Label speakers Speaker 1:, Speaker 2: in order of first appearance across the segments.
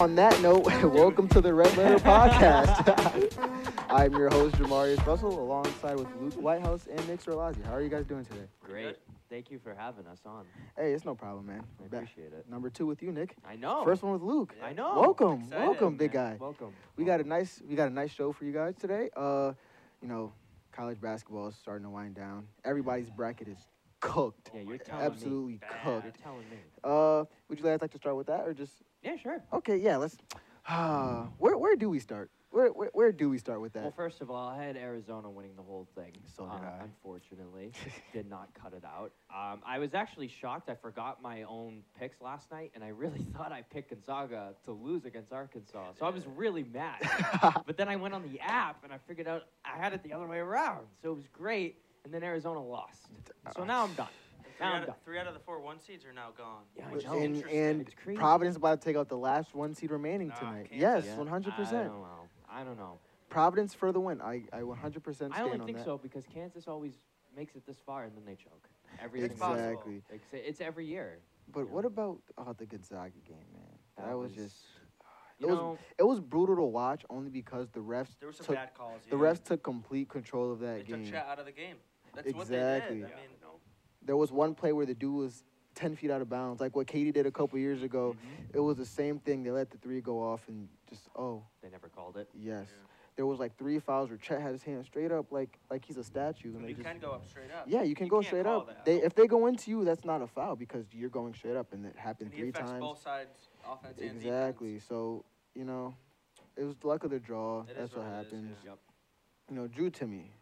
Speaker 1: On that note, welcome to the Red Letter Podcast. I'm your host, Jamarius Russell, alongside with Luke Whitehouse and Nick Serlazzi. How are you guys doing today?
Speaker 2: Great. Thank you for having us on.
Speaker 1: Hey, it's no problem, man.
Speaker 2: I
Speaker 1: Back- Oh.
Speaker 2: appreciate it.
Speaker 1: Number two with you, Nick.
Speaker 2: I know.
Speaker 1: First one with Luke.
Speaker 2: I know.
Speaker 1: Welcome,
Speaker 2: Excited,
Speaker 1: welcome, big
Speaker 2: man.
Speaker 1: guy.
Speaker 2: Welcome.
Speaker 1: We got a nice, we got a nice show for you guys today. Uh, you know, college basketball is starting to wind down. Everybody's bracket is cooked.
Speaker 2: Yeah, you're telling me.
Speaker 1: Absolutely
Speaker 2: You're
Speaker 1: cooked.
Speaker 2: telling me.
Speaker 1: Uh, would you guys like to start with that, or just
Speaker 2: Yeah, sure.
Speaker 1: okay? Yeah, let's. Uh, where where do we start? Where where, where do we start with that?
Speaker 2: Well, first of all, I had Arizona winning the whole thing.
Speaker 1: So did
Speaker 2: um,
Speaker 1: I.
Speaker 2: Unfortunately, did not cut it out. Um, I was actually shocked. I forgot my own picks last night, and I really thought I picked Gonzaga to lose against Arkansas. So I was really mad. but then I went on the app and I figured out I had it the other way around. So it was great. And then Arizona lost.
Speaker 1: Uh,
Speaker 2: So now I'm done.
Speaker 3: Three
Speaker 2: Now I'm
Speaker 3: out,
Speaker 2: done.
Speaker 3: of, three out of the four one seeds are now gone.
Speaker 2: Yeah, I
Speaker 3: which
Speaker 2: know.
Speaker 3: is
Speaker 1: and
Speaker 3: interesting.
Speaker 1: and
Speaker 2: It's crazy.
Speaker 1: Providence about to take out the last one seed remaining
Speaker 3: Nah,
Speaker 1: tonight.
Speaker 3: Kansas.
Speaker 1: Yes,
Speaker 2: Yeah,
Speaker 1: one hundred
Speaker 2: I
Speaker 1: percent.
Speaker 2: don't know. I don't know.
Speaker 1: Providence for the win. I I one hundred percent
Speaker 2: I
Speaker 1: stand
Speaker 2: only
Speaker 1: on
Speaker 2: think
Speaker 1: that.
Speaker 2: so because Kansas always makes it this far and then they choke. Every
Speaker 3: It's
Speaker 2: single year.
Speaker 3: possible.
Speaker 1: Exactly.
Speaker 2: Like, say- it's every year.
Speaker 1: But
Speaker 2: Yeah.
Speaker 1: what about oh, the Gonzaga game, man? That, was, just
Speaker 2: uh, you
Speaker 1: it was-
Speaker 2: know,
Speaker 1: it was brutal to watch only because the refs
Speaker 3: there were some
Speaker 1: took
Speaker 3: bad calls.
Speaker 1: the
Speaker 3: yeah.
Speaker 1: refs took complete control of that
Speaker 3: They
Speaker 1: game.
Speaker 3: took chat out of the game. That's what they
Speaker 1: Exactly.
Speaker 3: did. I
Speaker 1: Yeah.
Speaker 3: mean,
Speaker 1: There was one play where the dude was ten feet out of bounds, like what Katie did a couple years ago.
Speaker 3: Mm-hmm.
Speaker 1: It was the same thing. They let the three go off and just oh
Speaker 2: they never called it.
Speaker 1: yes.
Speaker 3: Yeah.
Speaker 1: There was like three fouls where Chet had his hand straight up, like like he's a statue. And they
Speaker 3: you
Speaker 1: just,
Speaker 3: can go up straight up.
Speaker 1: yeah, you can
Speaker 3: You
Speaker 1: go
Speaker 3: can't
Speaker 1: straight
Speaker 3: call
Speaker 1: up.
Speaker 3: that.
Speaker 1: They if they go into you, that's not a foul because you're going straight up, and it happened
Speaker 3: and he
Speaker 1: three
Speaker 3: affects
Speaker 1: times.
Speaker 3: both sides, offense and defense.
Speaker 1: Exactly. So, you know, it was the luck of the draw.
Speaker 3: It is
Speaker 1: That's what,
Speaker 3: what it is,
Speaker 1: happened.
Speaker 2: Yep.
Speaker 1: You know, Drew Timmy.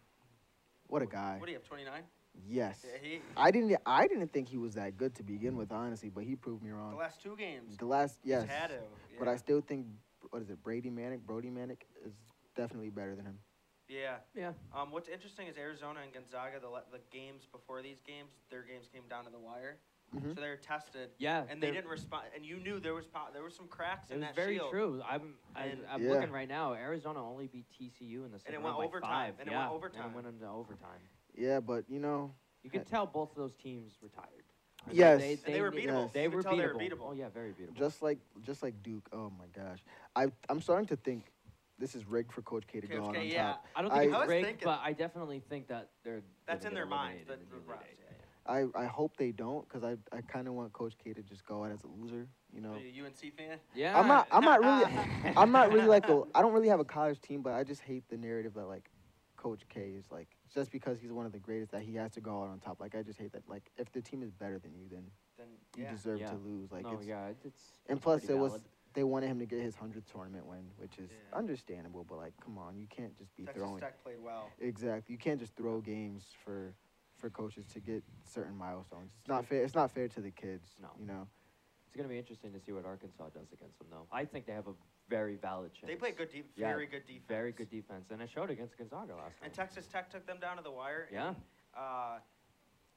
Speaker 1: What a guy.
Speaker 3: What do you have? Twenty nine.
Speaker 1: Yes.
Speaker 3: Yeah, he,
Speaker 1: I didn't I didn't think he was that good to begin with, honestly, but he proved me
Speaker 3: the
Speaker 1: wrong.
Speaker 3: last two games.
Speaker 1: The last
Speaker 3: he's
Speaker 1: yes.
Speaker 3: Had him.
Speaker 1: But
Speaker 3: yeah.
Speaker 1: I still think what is it, Brady Manic, Brody Manic is definitely better than him.
Speaker 3: Yeah.
Speaker 2: Yeah.
Speaker 3: Um, what's interesting is Arizona and Gonzaga. The, le- the games before these games, their games came down to the wire,
Speaker 1: Mhm.
Speaker 3: so they were tested,
Speaker 2: Yeah.
Speaker 3: and they
Speaker 2: they're-
Speaker 3: didn't respond. And you knew there was po- there was some cracks
Speaker 2: It
Speaker 3: in
Speaker 2: was
Speaker 3: that
Speaker 2: very
Speaker 3: shield.
Speaker 2: true. I'm I,
Speaker 3: And-
Speaker 2: I'm
Speaker 1: Yeah.
Speaker 2: looking right now. Arizona only beat TCU in the second
Speaker 3: it
Speaker 2: round
Speaker 3: went
Speaker 2: by
Speaker 3: overtime,
Speaker 2: five.
Speaker 3: and it
Speaker 2: yeah.
Speaker 3: went
Speaker 2: And
Speaker 3: overtime.
Speaker 2: it went into overtime.
Speaker 1: Yeah, but you know,
Speaker 2: You could
Speaker 1: Hey.
Speaker 2: tell both of those teams were tired. I mean,
Speaker 1: Yes.
Speaker 2: They,
Speaker 1: And
Speaker 3: they were
Speaker 2: knew-
Speaker 1: beatable. Yes.
Speaker 2: They,
Speaker 3: You could
Speaker 2: were
Speaker 3: tell
Speaker 2: beatable.
Speaker 3: they were beatable.
Speaker 2: Oh yeah, very beatable.
Speaker 1: just like just like Duke. Oh my gosh. I I'm starting to think this is rigged for Coach K to go
Speaker 3: Coach
Speaker 1: out
Speaker 3: K,
Speaker 1: on
Speaker 3: yeah.
Speaker 1: top.
Speaker 2: I don't
Speaker 1: I- I
Speaker 2: think
Speaker 3: was
Speaker 2: it's rigged,
Speaker 3: thinking-
Speaker 2: but I definitely think that they're.
Speaker 3: That's
Speaker 2: gonna
Speaker 3: in
Speaker 2: get
Speaker 3: their
Speaker 2: eliminated
Speaker 3: minds. That
Speaker 2: in
Speaker 3: the
Speaker 2: the
Speaker 3: Browns.
Speaker 2: Elite Eight.
Speaker 3: yeah,
Speaker 1: I, I hope they don't because I, I kind of want Coach K to just go out as a loser. You know,
Speaker 3: Are you a UNC fan?
Speaker 2: Yeah.
Speaker 1: I'm not I'm not really I'm not really like a I don't really have a college team, but I just hate the narrative that like Coach K is like just because he's one of the greatest that he has to go out on top. Like I just hate that. Like if the team is better than you, then
Speaker 3: Then
Speaker 1: you
Speaker 3: yeah.
Speaker 1: deserve
Speaker 2: Yeah.
Speaker 1: to lose. Like
Speaker 2: no,
Speaker 1: it's,
Speaker 2: yeah, it's. it's
Speaker 1: and plus
Speaker 2: pretty
Speaker 1: it was
Speaker 2: valid.
Speaker 1: they wanted him to get his hundredth tournament win, which is
Speaker 3: Yeah.
Speaker 1: understandable. But like, come on, you can't just be
Speaker 3: Texas
Speaker 1: throwing
Speaker 3: Tech played well.
Speaker 1: exactly. You can't just throw games for for coaches to get certain milestones. It's not fair. It's not fair to the kids.
Speaker 2: No.
Speaker 1: you know.
Speaker 2: It's going to be interesting to see what Arkansas does against them, though. I think they have a very valid chance.
Speaker 3: They played good, de-
Speaker 2: Yeah,
Speaker 3: very good defense.
Speaker 2: Very good defense, and it showed against Gonzaga last
Speaker 3: And
Speaker 2: night.
Speaker 3: Texas Tech took them down to the wire.
Speaker 2: Yeah.
Speaker 3: And, uh,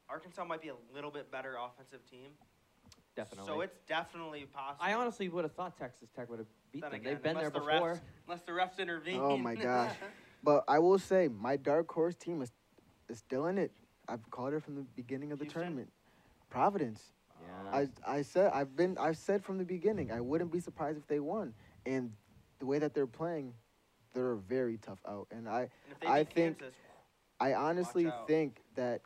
Speaker 3: Arkansas might be a little bit better offensive team.
Speaker 2: Definitely.
Speaker 3: So it's definitely possible.
Speaker 2: I honestly would have thought Texas Tech would have beat
Speaker 3: Then
Speaker 2: them.
Speaker 3: again,
Speaker 2: They've been there
Speaker 3: unless the
Speaker 2: before.
Speaker 3: Refs, unless the refs intervene.
Speaker 1: Oh my gosh. But I will say my dark horse team is is still in it. I've called it from the beginning of the
Speaker 3: Houston?
Speaker 1: tournament. Providence.
Speaker 3: Oh.
Speaker 2: Yeah.
Speaker 1: I I said I've been I've said from the beginning I wouldn't be surprised if they won. And the way that they're playing, they're a very tough out. And I
Speaker 3: And if they
Speaker 1: I
Speaker 3: beat
Speaker 1: think-
Speaker 3: Kansas,
Speaker 1: I honestly
Speaker 3: out.
Speaker 1: think that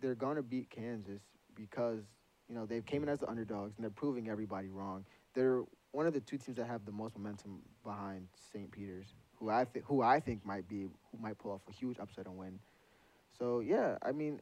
Speaker 1: they're gonna beat Kansas because you know they came in as the underdogs and they're proving everybody wrong. They're one of the two teams that have the most momentum behind St. Peter's, who I think who I think might be who might pull off a huge upset and win. So yeah, I mean,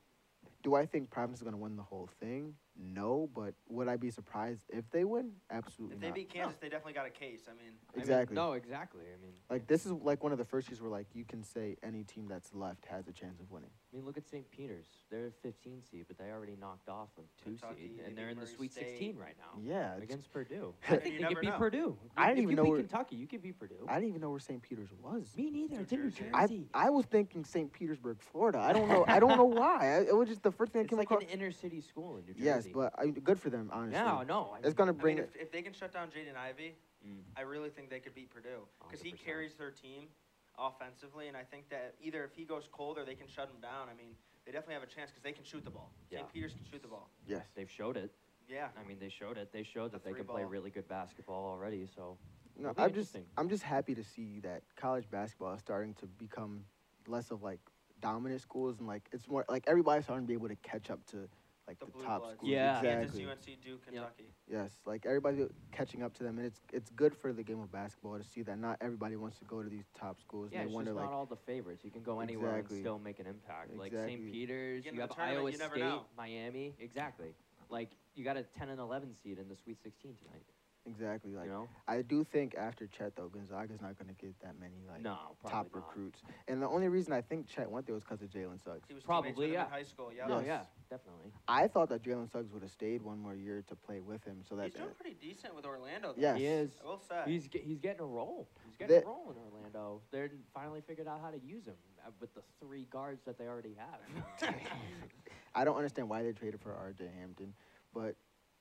Speaker 1: do I think Providence is gonna win the whole thing? No, but would I be surprised if they win? Absolutely
Speaker 3: if they
Speaker 1: not.
Speaker 3: beat Kansas, they definitely got a case. I mean,
Speaker 2: I mean,
Speaker 1: exactly.
Speaker 2: no, exactly. I mean,
Speaker 1: Like this is like one of the first years where like you can say any team that's left has a chance of winning.
Speaker 2: I mean, look at St. Peter's. They're a 15 seed, but they already knocked off a two
Speaker 3: Kentucky,
Speaker 2: seed,
Speaker 3: they
Speaker 2: and
Speaker 3: beat
Speaker 2: they're in the
Speaker 3: Murray
Speaker 2: Sweet
Speaker 3: State.
Speaker 2: 16 right now
Speaker 1: Yeah, it's-
Speaker 2: against Purdue.
Speaker 1: I
Speaker 2: I
Speaker 3: mean,
Speaker 2: think
Speaker 3: you
Speaker 2: they
Speaker 3: never
Speaker 2: could beat
Speaker 3: know.
Speaker 2: Purdue.
Speaker 1: I didn't
Speaker 2: If
Speaker 1: even
Speaker 2: you
Speaker 1: know
Speaker 2: beat
Speaker 1: where-
Speaker 2: Kentucky. You could beat Purdue.
Speaker 1: I didn't even know where St. Peter's was.
Speaker 2: Me neither.
Speaker 3: New
Speaker 2: It's in New
Speaker 3: Jersey.
Speaker 2: Jersey.
Speaker 1: I, I was thinking St. Petersburg, Florida. I don't know. I don't know why. I, it was just the first thing that
Speaker 2: it's
Speaker 1: came
Speaker 2: like
Speaker 1: across.
Speaker 2: an inner city school in New Jersey.
Speaker 1: yes, but I, good for them, honestly.
Speaker 2: No, no. I
Speaker 1: It's gonna
Speaker 2: mean,
Speaker 3: I mean
Speaker 1: bring
Speaker 3: if, if they can shut down Jaden Ivey,
Speaker 2: Mm.
Speaker 3: I really think they could beat Purdue because he
Speaker 2: 100%.
Speaker 3: carries their team. offensively, and I think that either if he goes cold or they can shut him down. I mean, they definitely have a chance because they can shoot the ball.
Speaker 2: Yeah.
Speaker 3: St. Peter's can shoot the ball.
Speaker 1: Yes.
Speaker 2: They've showed it.
Speaker 3: Yeah.
Speaker 2: I mean, they showed it. They showed
Speaker 3: The
Speaker 2: that they
Speaker 3: three
Speaker 2: can play
Speaker 3: ball.
Speaker 2: really good basketball already. So
Speaker 1: No,
Speaker 2: It'll be
Speaker 1: I'm just
Speaker 2: interesting.
Speaker 1: I'm just happy to see that college basketball is starting to become less of like dominant schools and like it's more like everybody's starting to be able to catch up to like
Speaker 3: The
Speaker 1: the,
Speaker 3: blue
Speaker 1: top
Speaker 3: bloods.
Speaker 1: schools.
Speaker 2: Yeah.
Speaker 1: exactly.
Speaker 3: Kansas, UNC, Duke, Kentucky.
Speaker 1: Yes, like everybody's catching up to them, and it's it's good for the game of basketball to see that not everybody wants to go to these top schools.
Speaker 2: yeah,
Speaker 1: and
Speaker 2: it's
Speaker 1: they
Speaker 2: just
Speaker 1: wonder
Speaker 2: not
Speaker 1: like
Speaker 2: all the favorites. You can go anywhere
Speaker 1: Exactly.
Speaker 2: and still make an impact. Like
Speaker 1: Exactly.
Speaker 2: St. Peter's,
Speaker 3: Get in
Speaker 2: you
Speaker 3: the
Speaker 2: have
Speaker 3: tournament,
Speaker 2: Iowa
Speaker 3: you
Speaker 2: State,
Speaker 3: never know.
Speaker 2: Miami. Exactly. Like you got a 10 and 11 seed in the Sweet 16 tonight.
Speaker 1: exactly like
Speaker 2: you know?
Speaker 1: I do think after Chet though, Gonzaga's not going to get that many like
Speaker 2: no,
Speaker 1: top
Speaker 2: probably not.
Speaker 1: recruits, and the only reason I think Chet went there was because of Jalen Suggs.
Speaker 3: He was teammates
Speaker 2: Probably,
Speaker 3: with him
Speaker 2: yeah.
Speaker 3: in high school. Yeah.
Speaker 2: No,
Speaker 1: Yes.
Speaker 2: Oh, yeah, definitely.
Speaker 1: I thought that Jalen Suggs would have stayed one more year to play with him, so that
Speaker 3: He's doing pretty decent with Orlando. Though.
Speaker 1: Yes.
Speaker 2: He is.
Speaker 3: I will say.
Speaker 2: He's ge- he's getting a roll. He's getting
Speaker 1: That-
Speaker 2: a roll in Orlando. They're finally figured out how to use him uh, with the three guards that they already have.
Speaker 1: I don't understand why they traded for R.J. Hampton, but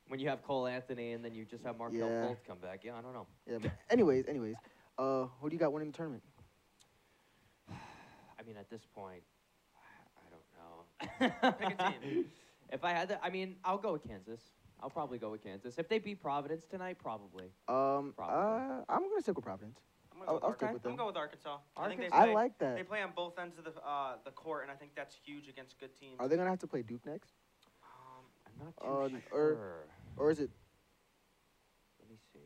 Speaker 2: when you have Cole Anthony and then you just have Markel
Speaker 1: Yeah.
Speaker 2: Fultz come back, yeah, I don't know.
Speaker 1: yeah. But anyways, anyways, uh, who do you got winning the tournament?
Speaker 2: I mean, at this point, I don't know.
Speaker 3: Pick a team.
Speaker 2: If I had to, I mean, I'll go with Kansas. I'll probably go with Kansas. If they beat Providence tonight, probably.
Speaker 1: Um,
Speaker 2: Probably.
Speaker 1: uh, I'm gonna stick with Providence.
Speaker 3: I'm gonna go
Speaker 1: I'll-
Speaker 3: with
Speaker 1: I'll stick
Speaker 3: Arkansas.
Speaker 1: with
Speaker 3: I'm
Speaker 1: them.
Speaker 3: gonna go with Arkansas. I think they
Speaker 2: Arkansas.
Speaker 1: I
Speaker 3: play.
Speaker 1: like that.
Speaker 3: They play on both ends of the uh, the court, and I think that's huge against good teams.
Speaker 1: Are they gonna have to play Duke next,
Speaker 3: Um,
Speaker 2: I'm not
Speaker 1: Uh,
Speaker 2: too
Speaker 1: n-
Speaker 2: sure.
Speaker 1: or- or is it?
Speaker 2: Let me see.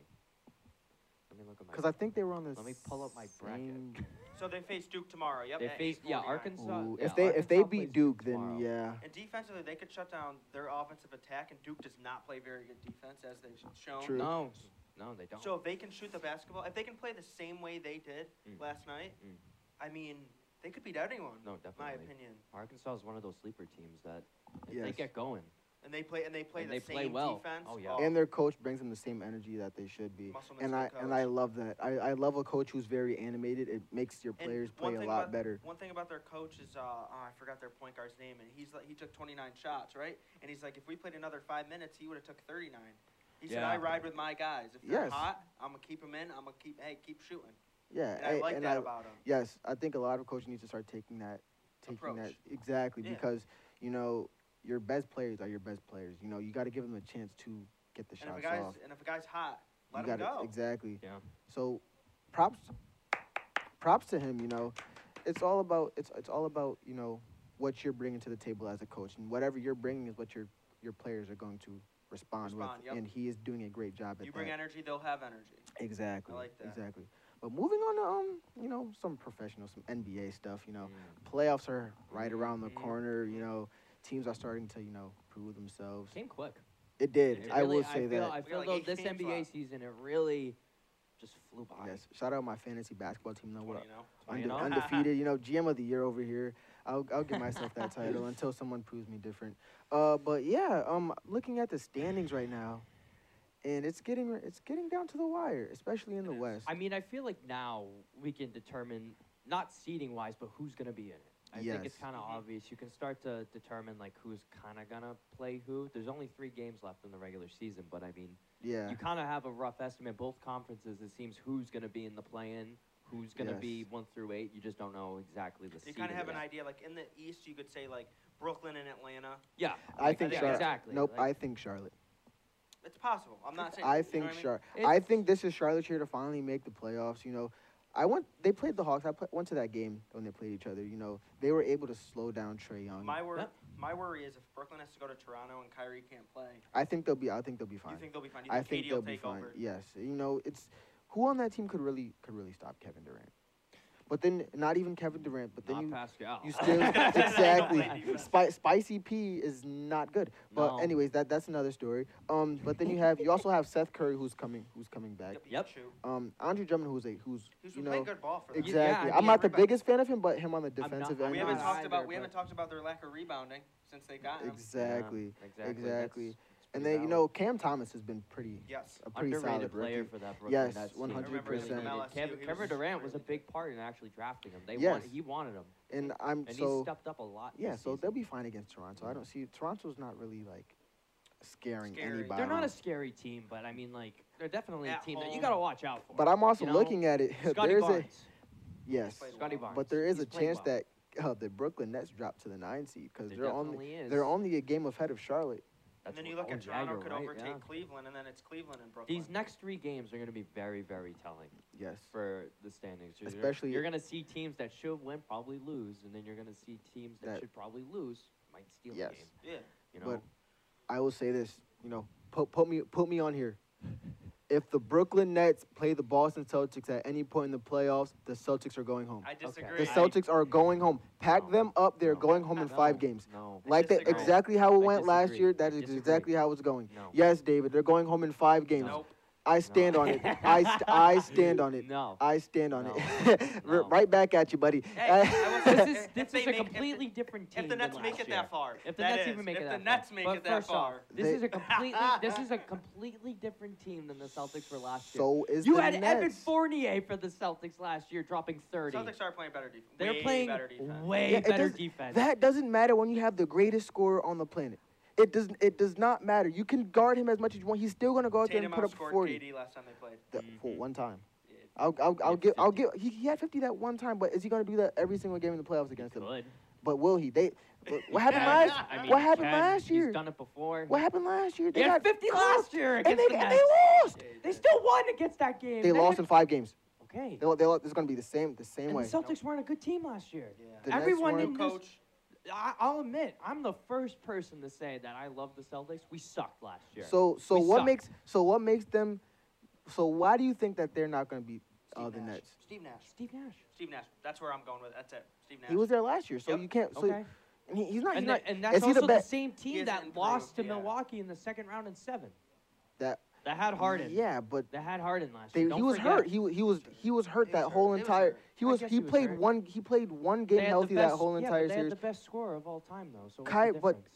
Speaker 2: Let me look at my.
Speaker 1: Because I think they were on the.
Speaker 2: Let me pull up my bracket.
Speaker 1: same-
Speaker 3: so they face Duke tomorrow. Yep.
Speaker 2: they
Speaker 3: at
Speaker 2: face yeah
Speaker 3: 8:49.
Speaker 2: Arkansas.
Speaker 1: Ooh,
Speaker 2: yeah,
Speaker 1: if they if they
Speaker 2: Arkansas
Speaker 1: beat
Speaker 2: plays
Speaker 1: Duke,
Speaker 2: tomorrow.
Speaker 1: then yeah,
Speaker 3: And defensively, they could shut down their offensive attack, and Duke does not play very good defense as they've shown.
Speaker 1: True.
Speaker 2: No, no, they don't.
Speaker 3: So if they can shoot the basketball, if they can play the same way they did
Speaker 2: Mm.
Speaker 3: last night,
Speaker 2: Mm.
Speaker 3: I mean, they could beat anyone.
Speaker 2: no,
Speaker 3: my
Speaker 2: definitely.
Speaker 3: opinion.
Speaker 2: Arkansas is one of those sleeper teams that if they
Speaker 1: Yes.
Speaker 2: get going,
Speaker 3: And they play and they play
Speaker 2: And they
Speaker 3: the
Speaker 2: play
Speaker 3: same
Speaker 2: well.
Speaker 3: defense. Oh,
Speaker 2: Oh, yeah.
Speaker 1: and their coach brings them the same energy that they should be.
Speaker 3: Musselman's
Speaker 1: And
Speaker 3: good
Speaker 1: I and
Speaker 3: coach.
Speaker 1: I love that. I, I love a coach who's very animated. It makes your
Speaker 3: And
Speaker 1: players
Speaker 3: one
Speaker 1: play a
Speaker 3: thing
Speaker 1: lot
Speaker 3: about-
Speaker 1: better.
Speaker 3: One thing about their coach is, uh, oh, I forgot their point guard's name, and he's like, he took 29 shots, right? And he's like, if we played another five minutes, he would have took 39. He said,
Speaker 2: Yeah.
Speaker 3: I ride with my guys. If they're
Speaker 1: Yes.
Speaker 3: hot, I'm gonna keep them in. I'm gonna keep, hey, keep shooting.
Speaker 1: Yeah,
Speaker 3: And I, like
Speaker 1: and
Speaker 3: that
Speaker 1: I-
Speaker 3: about him.
Speaker 1: Yes, I think a lot of coaches need to start taking that, taking that
Speaker 3: Approach.
Speaker 1: exactly
Speaker 3: Yeah.
Speaker 1: because you know your best players are your best players. You know you got to give them a chance to get the
Speaker 3: And if
Speaker 1: shots
Speaker 3: a guy's
Speaker 1: off.
Speaker 3: and if a guy's hot,
Speaker 1: you
Speaker 3: let him
Speaker 1: gotta-
Speaker 3: go.
Speaker 1: exactly.
Speaker 2: Yeah.
Speaker 1: So, props, props to him. You know, it's all about it's it's all about you know what you're bringing to the table as a coach, and whatever you're bringing is what your your players are going to respond,
Speaker 3: Respond,
Speaker 1: with,
Speaker 3: yep.
Speaker 1: and he is doing a great job at
Speaker 3: You bring
Speaker 1: that.
Speaker 3: energy, they'll have energy.
Speaker 1: exactly,
Speaker 3: I like that.
Speaker 1: exactly. But moving on to um, you know, some professional, some NBA stuff. You know,
Speaker 2: Mm. Mm-hmm.
Speaker 1: playoffs are right around the
Speaker 3: Mhm.
Speaker 1: corner. You know, teams are starting to you know prove themselves.
Speaker 2: came quick.
Speaker 1: It did.
Speaker 2: It
Speaker 1: I
Speaker 2: really-
Speaker 1: will say
Speaker 2: feel,
Speaker 1: that.
Speaker 2: I
Speaker 3: got
Speaker 2: feel
Speaker 3: like
Speaker 2: though
Speaker 3: eight
Speaker 2: this
Speaker 3: games
Speaker 2: NBA
Speaker 3: left.
Speaker 2: season, it really just flew by.
Speaker 1: yes. Shout out my fantasy basketball team. though. What
Speaker 3: you know?
Speaker 2: Twenty
Speaker 1: Unde-
Speaker 2: and
Speaker 3: oh.
Speaker 1: undefeated, you know, GM of the year over here. I'll, I'll give myself that title until someone proves me different. Uh, but yeah, um, looking at the standings right now, and it's getting it's getting down to the wire, especially in the
Speaker 3: It is.
Speaker 1: West.
Speaker 2: I mean, I feel like now we can determine not seeding wise, but who's gonna be in it. I think it's
Speaker 1: Yes.
Speaker 2: kind of
Speaker 3: Mhm.
Speaker 2: obvious. You can start to determine like who's kind of gonna play who. There's only three games left in the regular season, but I mean,
Speaker 1: yeah,
Speaker 2: you kind of have a rough estimate. Both conferences, it seems who's gonna be in the play-in, who's gonna
Speaker 1: Yes.
Speaker 2: be one through eight. You just don't know exactly the.
Speaker 3: You kind
Speaker 2: seeding
Speaker 3: of have an
Speaker 2: yet.
Speaker 3: idea. Like in the East, you could say like Brooklyn and Atlanta.
Speaker 2: Yeah,
Speaker 1: I
Speaker 2: like,
Speaker 1: think
Speaker 2: yeah,
Speaker 1: Char-
Speaker 2: exactly.
Speaker 1: nope.
Speaker 2: like,
Speaker 1: I think Charlotte.
Speaker 3: It's possible. I'm not saying.
Speaker 1: I
Speaker 3: you know
Speaker 1: think
Speaker 3: what I mean?
Speaker 1: Char- I
Speaker 2: It's-
Speaker 1: think this is Charlotte's year to finally make the playoffs. You know, I went. They played the Hawks. I pla- went to that game when they played each other. You know, they were able to slow down Trey Young.
Speaker 3: My worry,
Speaker 2: Yep.
Speaker 3: my worry is if Brooklyn has to go to Toronto and Kyrie can't play,
Speaker 1: I think they'll be. I think they'll be fine.
Speaker 3: you think they'll be fine? You
Speaker 1: I
Speaker 3: think
Speaker 1: think
Speaker 3: KD
Speaker 1: they'll
Speaker 3: will
Speaker 1: be
Speaker 3: take
Speaker 1: fine.
Speaker 3: over?
Speaker 1: Yes, you know, it's who on that team could really could really stop Kevin Durant. But then not even Kevin Durant. But
Speaker 2: not
Speaker 1: then
Speaker 2: Pascal.
Speaker 1: you, you
Speaker 3: I
Speaker 1: still
Speaker 3: was gonna say that,
Speaker 1: exactly
Speaker 3: don't
Speaker 1: Spi-
Speaker 3: play
Speaker 1: spicy P is not good. But
Speaker 2: No.
Speaker 1: anyways, that that's another story. Um, but then you have you also have Seth Curry who's coming who's coming back.
Speaker 3: Yep. he
Speaker 2: Yep.
Speaker 3: can shoot.
Speaker 1: Um, Andre Drummond who's a who's
Speaker 3: He's
Speaker 1: you
Speaker 3: been
Speaker 1: know
Speaker 3: playing good ball for them.
Speaker 2: Yeah,
Speaker 1: exactly.
Speaker 2: I
Speaker 1: I'm
Speaker 2: mean,
Speaker 1: not the
Speaker 3: everybody-
Speaker 1: biggest fan of him, but him on the
Speaker 2: not-
Speaker 1: defensive
Speaker 2: I'm
Speaker 1: end.
Speaker 3: We
Speaker 1: is-
Speaker 2: not
Speaker 3: haven't talked
Speaker 2: either,
Speaker 3: about we
Speaker 2: but-
Speaker 3: haven't talked about their lack of rebounding since they got him.
Speaker 1: exactly.
Speaker 2: exactly.
Speaker 1: exactly.
Speaker 2: That's- it's
Speaker 1: And
Speaker 2: pretty
Speaker 1: then you
Speaker 2: valid.
Speaker 1: know Cam Thomas has been pretty
Speaker 3: Yes.
Speaker 1: a pretty solid
Speaker 2: underrated player
Speaker 1: rookie.
Speaker 2: for that Brooklyn
Speaker 1: Yes,
Speaker 2: Nets team.
Speaker 1: 100%.
Speaker 2: Really
Speaker 3: Remember
Speaker 2: needed.
Speaker 3: him in
Speaker 2: Kev-
Speaker 3: LSU, he
Speaker 2: Kevin
Speaker 3: was
Speaker 2: Durant was a
Speaker 3: really
Speaker 2: big part in actually drafting him. They
Speaker 1: Yes.
Speaker 2: wanted, he wanted him,
Speaker 1: And I'm
Speaker 2: and
Speaker 1: so
Speaker 2: he stepped up a lot.
Speaker 1: Yeah,
Speaker 2: this
Speaker 1: so
Speaker 2: season.
Speaker 1: they'll be fine against Toronto. I don't see Toronto's not really like scaring
Speaker 3: Scary. They're
Speaker 1: anybody.
Speaker 2: They're not a scary team, but I mean, like they're definitely
Speaker 3: At
Speaker 2: a team that you
Speaker 3: home.
Speaker 2: gotta watch out for.
Speaker 1: but I'm also
Speaker 2: you know,
Speaker 1: looking at it.
Speaker 2: Scotty
Speaker 1: there's
Speaker 2: Barnes.
Speaker 1: a Yes,
Speaker 3: played
Speaker 2: Scotty
Speaker 3: well.
Speaker 2: Barnes.
Speaker 1: but there is
Speaker 2: He's
Speaker 1: a
Speaker 2: played
Speaker 1: chance
Speaker 2: well.
Speaker 1: that uh, the Brooklyn Nets drop to the nine seed because
Speaker 2: There
Speaker 1: they're only
Speaker 2: definitely is.
Speaker 1: they're only a game ahead of Charlotte.
Speaker 2: That's
Speaker 3: and then you
Speaker 2: what-
Speaker 3: look
Speaker 2: oh,
Speaker 3: at
Speaker 2: yeah,
Speaker 3: Toronto
Speaker 2: you're
Speaker 3: could
Speaker 2: right,
Speaker 3: overtake
Speaker 2: yeah.
Speaker 3: Cleveland, and then it's Cleveland and Brooklyn.
Speaker 2: These next three games are going to be very, very telling
Speaker 1: Yes,
Speaker 2: for the standings. You're- you're-
Speaker 1: Especially-
Speaker 2: you're going to see teams that should win probably lose, and then you're going to see teams that,
Speaker 1: That-
Speaker 2: should probably lose might steal
Speaker 1: Yes.
Speaker 2: the game.
Speaker 3: yeah,
Speaker 2: You know,
Speaker 1: But- I will say this. You know, put put me put me on here. If the Brooklyn Nets play the Boston Celtics at any point in the playoffs, the Celtics are going home.
Speaker 3: I
Speaker 2: Okay.
Speaker 3: disagree.
Speaker 1: The
Speaker 2: I-
Speaker 1: Celtics are going home. Pack
Speaker 2: No.
Speaker 1: them up. They're
Speaker 2: No.
Speaker 1: going home in
Speaker 2: no,
Speaker 1: five games.
Speaker 2: No,
Speaker 3: I
Speaker 1: Like that,
Speaker 3: disagree.
Speaker 1: exactly how it
Speaker 2: I
Speaker 1: went last
Speaker 2: disagree.
Speaker 1: year. That
Speaker 2: I
Speaker 1: is
Speaker 2: disagree.
Speaker 1: exactly how it's going.
Speaker 2: no.
Speaker 1: Yes, David, they're going home in five games.
Speaker 3: Nope.
Speaker 1: I stand
Speaker 2: No.
Speaker 1: on it. I, st- I stand on it.
Speaker 2: No.
Speaker 1: I stand on
Speaker 2: No.
Speaker 1: it. R-
Speaker 2: No.
Speaker 1: Right back at you, buddy.
Speaker 3: Hey, I was-
Speaker 2: this is,
Speaker 3: If
Speaker 2: this
Speaker 3: they
Speaker 2: is a
Speaker 3: make- if the-
Speaker 2: completely different team.
Speaker 3: If the
Speaker 2: than
Speaker 3: Nets make
Speaker 2: last
Speaker 3: it
Speaker 2: year.
Speaker 3: that far,
Speaker 2: If the
Speaker 3: that
Speaker 2: Nets
Speaker 3: is,
Speaker 2: even make
Speaker 3: if
Speaker 2: it
Speaker 3: the
Speaker 2: that
Speaker 3: Nets
Speaker 2: far.
Speaker 3: make
Speaker 2: But
Speaker 3: it that
Speaker 2: first off,
Speaker 3: far,
Speaker 2: this
Speaker 1: They-
Speaker 2: is a completely this is a completely different team than the Celtics were last year.
Speaker 1: so is
Speaker 2: you
Speaker 1: the
Speaker 2: had
Speaker 1: Nets.
Speaker 2: Evan Fournier for the Celtics last year, dropping thirty.
Speaker 3: Celtics are playing better defense.
Speaker 2: They're
Speaker 3: way
Speaker 2: playing
Speaker 3: better defense.
Speaker 2: way
Speaker 1: Yeah, it
Speaker 2: better
Speaker 1: doesn't-
Speaker 2: defense.
Speaker 1: That doesn't matter when you have the greatest scorer on the planet. It does. It does not matter. You can guard him as much as you want. He's still gonna go out there
Speaker 3: Tatum
Speaker 1: and put up
Speaker 3: outscored
Speaker 1: forty.
Speaker 3: KD last time they played.
Speaker 1: That- for
Speaker 2: Mhm.
Speaker 1: one time.
Speaker 3: Yeah.
Speaker 1: I'll, I'll, I'll
Speaker 2: had
Speaker 1: give, I'll
Speaker 2: 50.
Speaker 1: give. He, he had fifty that one time, but is he gonna do that every single game in the playoffs against them?
Speaker 2: good.
Speaker 1: But will he? They. But what
Speaker 2: He
Speaker 1: happened
Speaker 2: can.
Speaker 1: last?
Speaker 2: I mean,
Speaker 1: what
Speaker 2: he
Speaker 1: happened
Speaker 2: can.
Speaker 1: last year?
Speaker 2: He's done it before.
Speaker 1: What happened last year?
Speaker 2: They
Speaker 1: got
Speaker 2: had 50
Speaker 1: crushed,
Speaker 2: last year
Speaker 1: and
Speaker 2: against
Speaker 1: they,
Speaker 2: the
Speaker 1: and
Speaker 2: Nets.
Speaker 1: they lost.
Speaker 3: Yeah, you
Speaker 2: They
Speaker 3: did.
Speaker 2: still won against that game.
Speaker 1: They lost in five games.
Speaker 2: Okay.
Speaker 1: They, lo- they lo- it's gonna be the same, the same
Speaker 2: And the
Speaker 1: way.
Speaker 2: Celtics weren't a good team last year.
Speaker 1: The
Speaker 3: Yeah.
Speaker 1: Nets
Speaker 2: Everyone
Speaker 1: weren't-
Speaker 2: in
Speaker 3: New
Speaker 2: this-
Speaker 3: coach.
Speaker 2: I, I'll admit, I'm the first person to say that I love the Celtics. We sucked last year.
Speaker 1: So, so
Speaker 2: We
Speaker 1: what
Speaker 2: sucked.
Speaker 1: makes, so what makes them, so why do you think that they're not gonna beat uh,
Speaker 3: Steve
Speaker 1: the
Speaker 3: Nash.
Speaker 1: Nets?
Speaker 3: Steve Nash.
Speaker 2: Steve Nash.
Speaker 3: Steve Nash. That's where I'm going with. it. That's it. Steve Nash.
Speaker 1: He was there last year, so
Speaker 3: Yep.
Speaker 1: you can't. So
Speaker 2: Okay.
Speaker 1: and he, he's not. He's
Speaker 2: and,
Speaker 1: not
Speaker 2: the- and that's
Speaker 1: is he
Speaker 2: also
Speaker 1: the
Speaker 2: the,
Speaker 1: best?
Speaker 2: same team
Speaker 3: He
Speaker 2: that
Speaker 3: hasn't
Speaker 2: lost to
Speaker 3: improved, yeah.
Speaker 2: Milwaukee in the second round in seven.
Speaker 1: that
Speaker 2: That had Harden.
Speaker 1: Yeah, but
Speaker 2: That had Harden last
Speaker 1: they, he
Speaker 2: year. Don't
Speaker 1: was
Speaker 2: forget.
Speaker 1: hurt. He wa- he was he was hurt
Speaker 3: He was
Speaker 1: that whole
Speaker 3: hurt. He was
Speaker 1: entire.
Speaker 3: hurt.
Speaker 1: He
Speaker 2: I
Speaker 1: was
Speaker 2: guess
Speaker 1: he
Speaker 2: he was
Speaker 1: played
Speaker 2: hurt.
Speaker 1: one he played one
Speaker 2: They
Speaker 1: game
Speaker 2: had the
Speaker 1: healthy that
Speaker 2: best-
Speaker 1: whole
Speaker 2: yeah,
Speaker 1: entire
Speaker 2: but they
Speaker 1: series.
Speaker 2: Had the best scorer of all time, though. So what's
Speaker 1: Kai-
Speaker 2: the
Speaker 1: but-
Speaker 2: difference?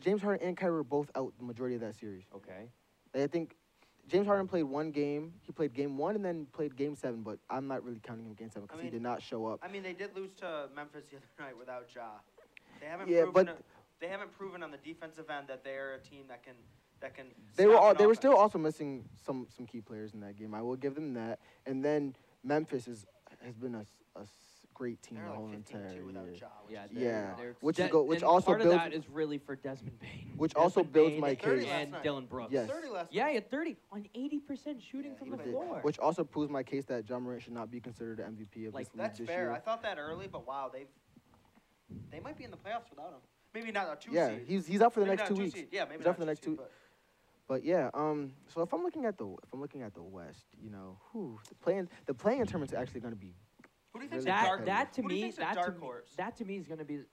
Speaker 1: James Harden and Kyrie were both out the majority of that series.
Speaker 2: okay.
Speaker 1: Like, I think James Harden played one game. He played game one and then played game seven. But I'm not really counting him game seven because
Speaker 3: I
Speaker 1: he
Speaker 3: mean-
Speaker 1: did not show up.
Speaker 3: I mean, they did lose to Memphis the other night without Ja. They haven't
Speaker 1: Yeah,
Speaker 3: proven.
Speaker 1: but-
Speaker 3: a- they haven't proven on the defensive end that they are a team that can that can.
Speaker 1: They were
Speaker 3: stop
Speaker 1: all,
Speaker 3: an
Speaker 1: they were
Speaker 3: offense.
Speaker 1: still also missing some some key players in that game. I will give them that. And then Memphis is has been a, s- a s- great team
Speaker 3: They're
Speaker 1: the whole
Speaker 3: like 15
Speaker 1: entire year.
Speaker 3: without Ja. Which
Speaker 2: Yeah.
Speaker 3: is
Speaker 2: they're-
Speaker 1: Yeah.
Speaker 2: they're-
Speaker 1: Which is
Speaker 2: De-
Speaker 1: go- which
Speaker 2: and
Speaker 1: also
Speaker 2: part of
Speaker 1: builds-
Speaker 2: that is really for Desmond Bain.
Speaker 1: Which
Speaker 2: Desmond
Speaker 1: also builds
Speaker 2: Bain
Speaker 1: my
Speaker 3: Thirty
Speaker 1: case.
Speaker 3: last
Speaker 2: And
Speaker 3: night.
Speaker 2: Dylan Brooks.
Speaker 1: Yes.
Speaker 3: Thirty last.
Speaker 2: Yeah,
Speaker 3: night.
Speaker 2: he had 30 on 80% shooting
Speaker 3: Yeah,
Speaker 2: from
Speaker 3: he
Speaker 2: the
Speaker 3: was in-
Speaker 2: floor.
Speaker 1: Which also proves my case that John Morant should not be considered the MVP of
Speaker 2: Like,
Speaker 1: this league
Speaker 3: That's
Speaker 1: this
Speaker 3: fair.
Speaker 1: year.
Speaker 3: I thought that early, but wow, they've they might be in the playoffs without him. Maybe not a two
Speaker 1: yeah,
Speaker 3: seed.
Speaker 1: he's he's out for the
Speaker 3: Maybe
Speaker 1: next
Speaker 3: not
Speaker 1: two
Speaker 3: a
Speaker 1: weeks.
Speaker 3: Seed. Yeah, maybe
Speaker 1: He's
Speaker 3: not
Speaker 1: out for the next two-
Speaker 3: Seed,
Speaker 1: But yeah, um, so if I'm looking at the if I'm looking at the West, you know, whew, the playing the playing tournament's actually going to be.
Speaker 3: but who do you think's
Speaker 1: Really
Speaker 3: a
Speaker 2: that,
Speaker 3: dark?
Speaker 2: that to
Speaker 3: who do you
Speaker 2: me,
Speaker 3: think's a
Speaker 2: that to
Speaker 3: dark
Speaker 2: me,
Speaker 3: horse?
Speaker 2: that to me is going to be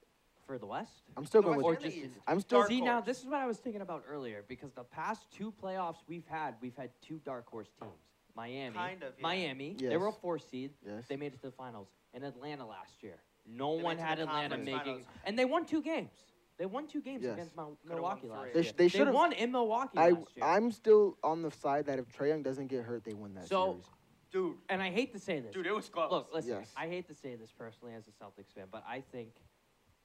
Speaker 2: for the West.
Speaker 1: I'm still
Speaker 3: The
Speaker 1: going
Speaker 3: West
Speaker 2: or
Speaker 1: with.
Speaker 3: and the
Speaker 2: just-
Speaker 3: East.
Speaker 1: I'm still.
Speaker 3: Dark
Speaker 2: See now,
Speaker 3: horse.
Speaker 2: this is what I was thinking about earlier because the past two playoffs we've had, we've had two dark horse teams. Miami,
Speaker 3: Kind of, yeah.
Speaker 2: Miami, they were a
Speaker 1: Yes.
Speaker 2: four seed.
Speaker 1: Yes.
Speaker 2: They made it to the finals. And Atlanta last year, no
Speaker 3: They
Speaker 2: one
Speaker 3: made it to
Speaker 2: had
Speaker 3: the
Speaker 2: Atlanta
Speaker 3: conference
Speaker 2: making,
Speaker 3: finals.
Speaker 2: and they won two games. They won two games
Speaker 1: Yes.
Speaker 2: against Mil-
Speaker 3: won
Speaker 2: Milwaukee
Speaker 3: three.
Speaker 2: last
Speaker 3: They
Speaker 2: year.
Speaker 3: sh-
Speaker 1: they should've-
Speaker 2: won in Milwaukee
Speaker 1: I
Speaker 2: last year.
Speaker 1: I'm still on the side that if Trae Young doesn't get hurt, they win that
Speaker 2: So-
Speaker 1: series.
Speaker 3: Dude,
Speaker 2: and I hate to say this.
Speaker 3: dude, it was close.
Speaker 2: Look, listen.
Speaker 1: Yes.
Speaker 2: I hate to say this personally as a Celtics fan, but I think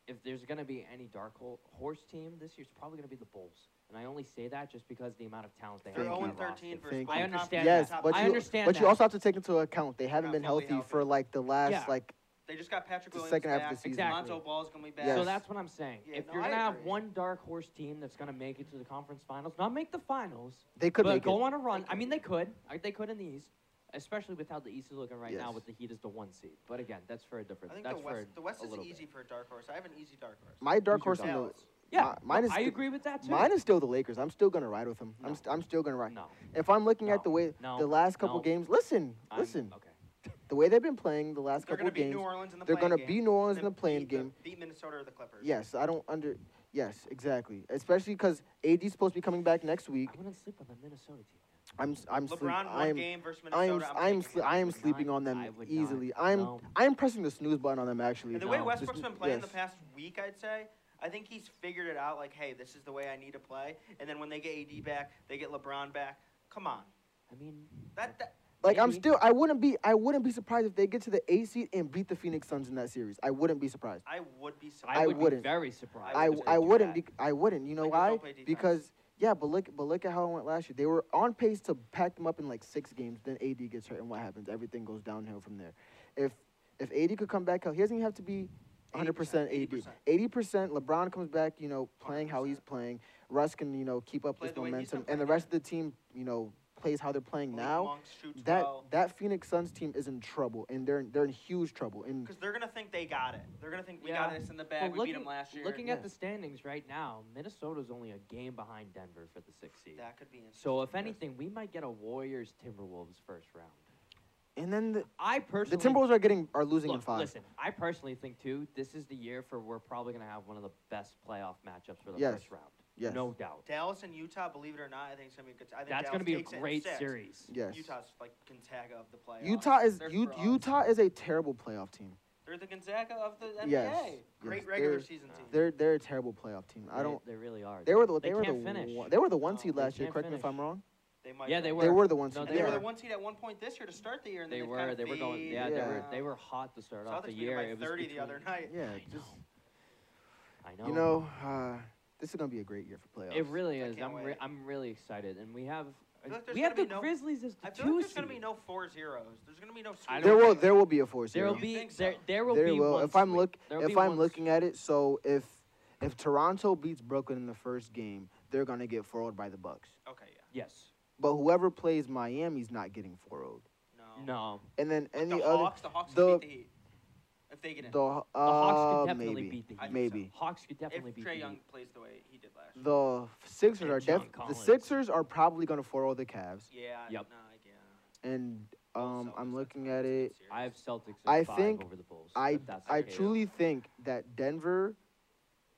Speaker 2: if there's going to be any dark hole, horse team this year, it's probably going to be the Bulls. And I only say that just because the amount of talent they
Speaker 3: They're
Speaker 1: Thank
Speaker 2: have.
Speaker 1: you.
Speaker 2: on
Speaker 3: 0
Speaker 2: that roster.
Speaker 3: 13 versus
Speaker 1: Thank
Speaker 3: one
Speaker 2: you. I
Speaker 3: conference
Speaker 2: understand
Speaker 1: Yes,
Speaker 3: top
Speaker 1: but
Speaker 2: I
Speaker 1: you
Speaker 3: team.
Speaker 2: understand
Speaker 1: but you
Speaker 2: that.
Speaker 1: also have to take into account they haven't
Speaker 3: Not
Speaker 1: been
Speaker 3: fully
Speaker 1: healthy,
Speaker 3: healthy.
Speaker 1: for like the last
Speaker 2: Yeah.
Speaker 1: like
Speaker 3: They just got Patrick
Speaker 1: The
Speaker 3: Williams
Speaker 1: second half
Speaker 3: back.
Speaker 1: of the season.
Speaker 2: Exactly.
Speaker 3: Lonzo Ball's gonna be back.
Speaker 1: Yes.
Speaker 2: So that's what I'm saying.
Speaker 3: Yeah,
Speaker 2: if
Speaker 3: no,
Speaker 2: you're
Speaker 3: I
Speaker 2: gonna have
Speaker 3: agree.
Speaker 2: one dark horse team that's gonna make it to the conference finals, not make the finals,
Speaker 1: they could
Speaker 2: but
Speaker 1: make
Speaker 2: go
Speaker 1: it.
Speaker 2: on a run.
Speaker 3: They
Speaker 2: I
Speaker 3: could.
Speaker 2: mean, they could. I- They could in the East, especially with how the East is looking right now.
Speaker 1: Yes.
Speaker 2: With the Heat as the one seed. But again, that's for a different.
Speaker 3: I think
Speaker 2: that's
Speaker 3: the West,
Speaker 2: for
Speaker 3: the West
Speaker 2: a
Speaker 3: is
Speaker 2: little
Speaker 3: easy
Speaker 2: bit.
Speaker 3: for a dark horse. I have an easy dark horse.
Speaker 1: My dark
Speaker 2: Who's
Speaker 1: horse
Speaker 2: your
Speaker 1: on the
Speaker 3: Dallas.
Speaker 2: Yeah,
Speaker 1: mi- mine
Speaker 2: no,
Speaker 1: is
Speaker 2: I
Speaker 1: sti-
Speaker 2: agree with that too.
Speaker 1: mine is still the Lakers. I'm still gonna ride with them.
Speaker 2: No.
Speaker 1: I'm st- I'm still gonna ride.
Speaker 2: no.
Speaker 1: If I'm looking at
Speaker 2: No.
Speaker 1: the way
Speaker 2: No.
Speaker 1: the last couple
Speaker 2: No.
Speaker 1: games, listen,
Speaker 2: I'm-
Speaker 1: listen,
Speaker 2: Okay.
Speaker 1: the way they've been playing the last
Speaker 3: They're
Speaker 1: couple
Speaker 3: gonna
Speaker 1: of games,
Speaker 3: beat New Orleans in the
Speaker 1: they're
Speaker 3: play-in
Speaker 1: gonna
Speaker 3: game,
Speaker 1: beat New Orleans in
Speaker 3: then
Speaker 1: the playing
Speaker 3: beat the-
Speaker 1: game.
Speaker 3: Beat Minnesota or the Clippers.
Speaker 1: Yes, I don't under. Yes, exactly. Especially because AD's supposed to be coming back next week.
Speaker 2: I wouldn't sleep on the Minnesota team.
Speaker 1: I'm s- I'm sleep-
Speaker 3: LeBron one
Speaker 1: I'm
Speaker 3: game versus
Speaker 1: I am
Speaker 3: Minnesota.
Speaker 1: s-
Speaker 3: I'm
Speaker 1: I am
Speaker 3: taking
Speaker 1: sl-
Speaker 3: it.
Speaker 1: I am
Speaker 2: would
Speaker 1: sleeping
Speaker 2: not-
Speaker 1: on
Speaker 2: I
Speaker 1: them
Speaker 2: would not.
Speaker 1: easily. I'm
Speaker 2: No.
Speaker 1: I'm pressing the snooze button on them actually.
Speaker 3: And the
Speaker 2: No,
Speaker 3: way
Speaker 2: just-
Speaker 3: Westbrook's been playing the
Speaker 1: yes.
Speaker 3: past week, I'd say, I think he's figured it out. Like, hey, this is the way I need to play. And then when they get AD back, they get LeBron back. Come on,
Speaker 2: I mean,
Speaker 3: that, that
Speaker 1: Like I'm
Speaker 2: Maybe.
Speaker 1: still I wouldn't be I wouldn't be surprised if they get to the A seed and beat the Phoenix Suns in that series. I wouldn't be surprised.
Speaker 3: I would be surprised.
Speaker 2: I,
Speaker 1: I
Speaker 2: would
Speaker 1: wouldn't.
Speaker 2: be very surprised.
Speaker 1: I,
Speaker 2: if they
Speaker 1: I
Speaker 2: do
Speaker 1: wouldn't
Speaker 2: that.
Speaker 1: be I wouldn't. You know
Speaker 3: Lakers
Speaker 1: why?
Speaker 3: don't play defense.
Speaker 1: Because yeah, but look but look at how it went last year. They were on pace to pack them up in like six games. Then AD gets hurt, and what happens? Everything goes downhill from there. If If AD could come back, he doesn't even have to be 100%
Speaker 3: 80%,
Speaker 1: AD. 80%, LeBron comes back, you know, playing how he's
Speaker 3: 100%.
Speaker 1: playing. Russ can, you know, keep up
Speaker 3: Play
Speaker 1: this
Speaker 3: the way he's been
Speaker 1: momentum. And the
Speaker 3: playing,
Speaker 1: rest of
Speaker 3: yeah.
Speaker 1: the team, you know, plays how they're playing
Speaker 3: Malik
Speaker 1: now.
Speaker 3: Monk shoots
Speaker 1: That
Speaker 3: well.
Speaker 1: that Phoenix Suns team is in trouble, and they're they're in huge trouble. And
Speaker 3: Because they're gonna think they got it. They're gonna think we
Speaker 2: Yeah.
Speaker 3: got this in the bag.
Speaker 2: Well,
Speaker 3: we beat
Speaker 2: looking-
Speaker 3: them last year.
Speaker 2: Looking at
Speaker 1: Yeah.
Speaker 2: the standings right now, Minnesota's only a game behind Denver for the sixth seed.
Speaker 3: that could be interesting.
Speaker 2: So if
Speaker 3: yes.
Speaker 2: anything, we might get a Warriors Timberwolves first round.
Speaker 1: and then the,
Speaker 2: I
Speaker 1: the
Speaker 2: personally
Speaker 1: Timberwolves are getting are losing
Speaker 2: look,
Speaker 1: in five.
Speaker 2: Listen, I personally think too. This is the year for we're probably going to have one of the best playoff matchups for the
Speaker 1: Yes.
Speaker 2: first round.
Speaker 1: Yes.
Speaker 2: No doubt.
Speaker 3: Dallas and Utah, believe it or not, I think it's gonna be a good. I think
Speaker 2: That's
Speaker 3: going to
Speaker 2: be a great
Speaker 3: six.
Speaker 2: series.
Speaker 1: Yes.
Speaker 3: Utah's like Gonzaga of the playoffs.
Speaker 1: Utah is
Speaker 3: They're
Speaker 1: U-
Speaker 3: frauds.
Speaker 1: Utah is a terrible playoff team.
Speaker 3: They're the Gonzaga of the NBA.
Speaker 1: Yes,
Speaker 3: Great
Speaker 1: yes,
Speaker 3: regular
Speaker 1: they're-
Speaker 3: season team.
Speaker 1: They're they're a terrible playoff team. I
Speaker 2: They-
Speaker 1: don't.
Speaker 2: They, really are.
Speaker 1: They were the
Speaker 2: They
Speaker 1: they, were the
Speaker 2: can't finish.
Speaker 1: one, they were the one
Speaker 3: No,
Speaker 1: seed
Speaker 2: they
Speaker 1: last year.
Speaker 2: can't
Speaker 1: Correct me if
Speaker 2: finish.
Speaker 1: I'm wrong.
Speaker 3: They might
Speaker 2: Yeah, they
Speaker 3: be.
Speaker 2: were.
Speaker 1: They were the one
Speaker 2: No,
Speaker 1: seed.
Speaker 3: They
Speaker 2: they
Speaker 3: were the
Speaker 2: are.
Speaker 3: one seed at one point this year to start the year, and then
Speaker 2: They
Speaker 3: they've
Speaker 2: were.
Speaker 3: kinda
Speaker 2: They were going.
Speaker 3: faded
Speaker 2: Yeah, they were.
Speaker 1: Yeah.
Speaker 2: They were hot to start off
Speaker 3: Celtics
Speaker 2: the
Speaker 3: beat 'em
Speaker 2: year.
Speaker 3: by
Speaker 2: It was
Speaker 3: 30 the other
Speaker 2: between-
Speaker 3: night.
Speaker 1: Yeah,
Speaker 2: I
Speaker 1: just
Speaker 2: I know.
Speaker 1: you know, uh, this is gonna be a great year for playoffs.
Speaker 2: It really
Speaker 3: I
Speaker 2: is.
Speaker 3: can't
Speaker 2: I'm
Speaker 3: wait.
Speaker 2: re- I'm really excited, and we have
Speaker 3: feel like there's
Speaker 2: we have
Speaker 3: gonna
Speaker 2: the
Speaker 3: be no-
Speaker 2: Grizzlies as the
Speaker 3: I feel
Speaker 2: two
Speaker 3: like there's gonna
Speaker 2: seed.
Speaker 3: be no four zeros. There's gonna be no.
Speaker 2: I
Speaker 3: sweep.
Speaker 1: there will
Speaker 2: don't-
Speaker 1: there will be a four seed.
Speaker 2: There will
Speaker 3: You
Speaker 2: be
Speaker 3: think so?
Speaker 2: there there will
Speaker 1: There
Speaker 2: be
Speaker 1: will.
Speaker 2: one
Speaker 1: If I'm
Speaker 2: sweep.
Speaker 1: look-
Speaker 2: There will
Speaker 1: if
Speaker 2: be
Speaker 1: I'm
Speaker 2: one
Speaker 1: looking at it, so if if Toronto beats Brooklyn in the first game, they're gonna get 4 by the Bucks.
Speaker 3: Okay, yeah.
Speaker 2: sweep. yes,
Speaker 1: But whoever plays Miami's not getting 4
Speaker 3: No.
Speaker 2: no,
Speaker 1: And then
Speaker 3: But
Speaker 1: any
Speaker 3: the
Speaker 1: other
Speaker 3: Hawks, the Hawks can
Speaker 1: the-
Speaker 3: beat the Heat if they get in.
Speaker 1: the uh,
Speaker 2: the Hawks could definitely
Speaker 1: maybe
Speaker 2: beat the
Speaker 3: I
Speaker 2: Heat.
Speaker 3: think
Speaker 1: maybe.
Speaker 2: Hawks could definitely
Speaker 3: if
Speaker 2: beat
Speaker 3: Trey
Speaker 2: the
Speaker 3: Young
Speaker 2: Heat.
Speaker 3: plays the way he did last year.
Speaker 1: The Sixers
Speaker 2: And
Speaker 1: are
Speaker 2: John
Speaker 1: def- the
Speaker 2: Collins.
Speaker 1: Sixers are probably gonna 4 the Cavs.
Speaker 3: Yeah.
Speaker 2: Yep.
Speaker 3: Nah, yeah.
Speaker 1: And um,
Speaker 3: Celtics,
Speaker 1: I'm
Speaker 3: that's
Speaker 1: looking
Speaker 3: not
Speaker 1: at
Speaker 3: a
Speaker 1: it.
Speaker 3: series.
Speaker 2: I have Celtics. At
Speaker 1: I
Speaker 2: five
Speaker 1: think
Speaker 2: over the Bulls.
Speaker 1: I
Speaker 2: if that's the
Speaker 1: I
Speaker 2: case.
Speaker 1: truly think that Denver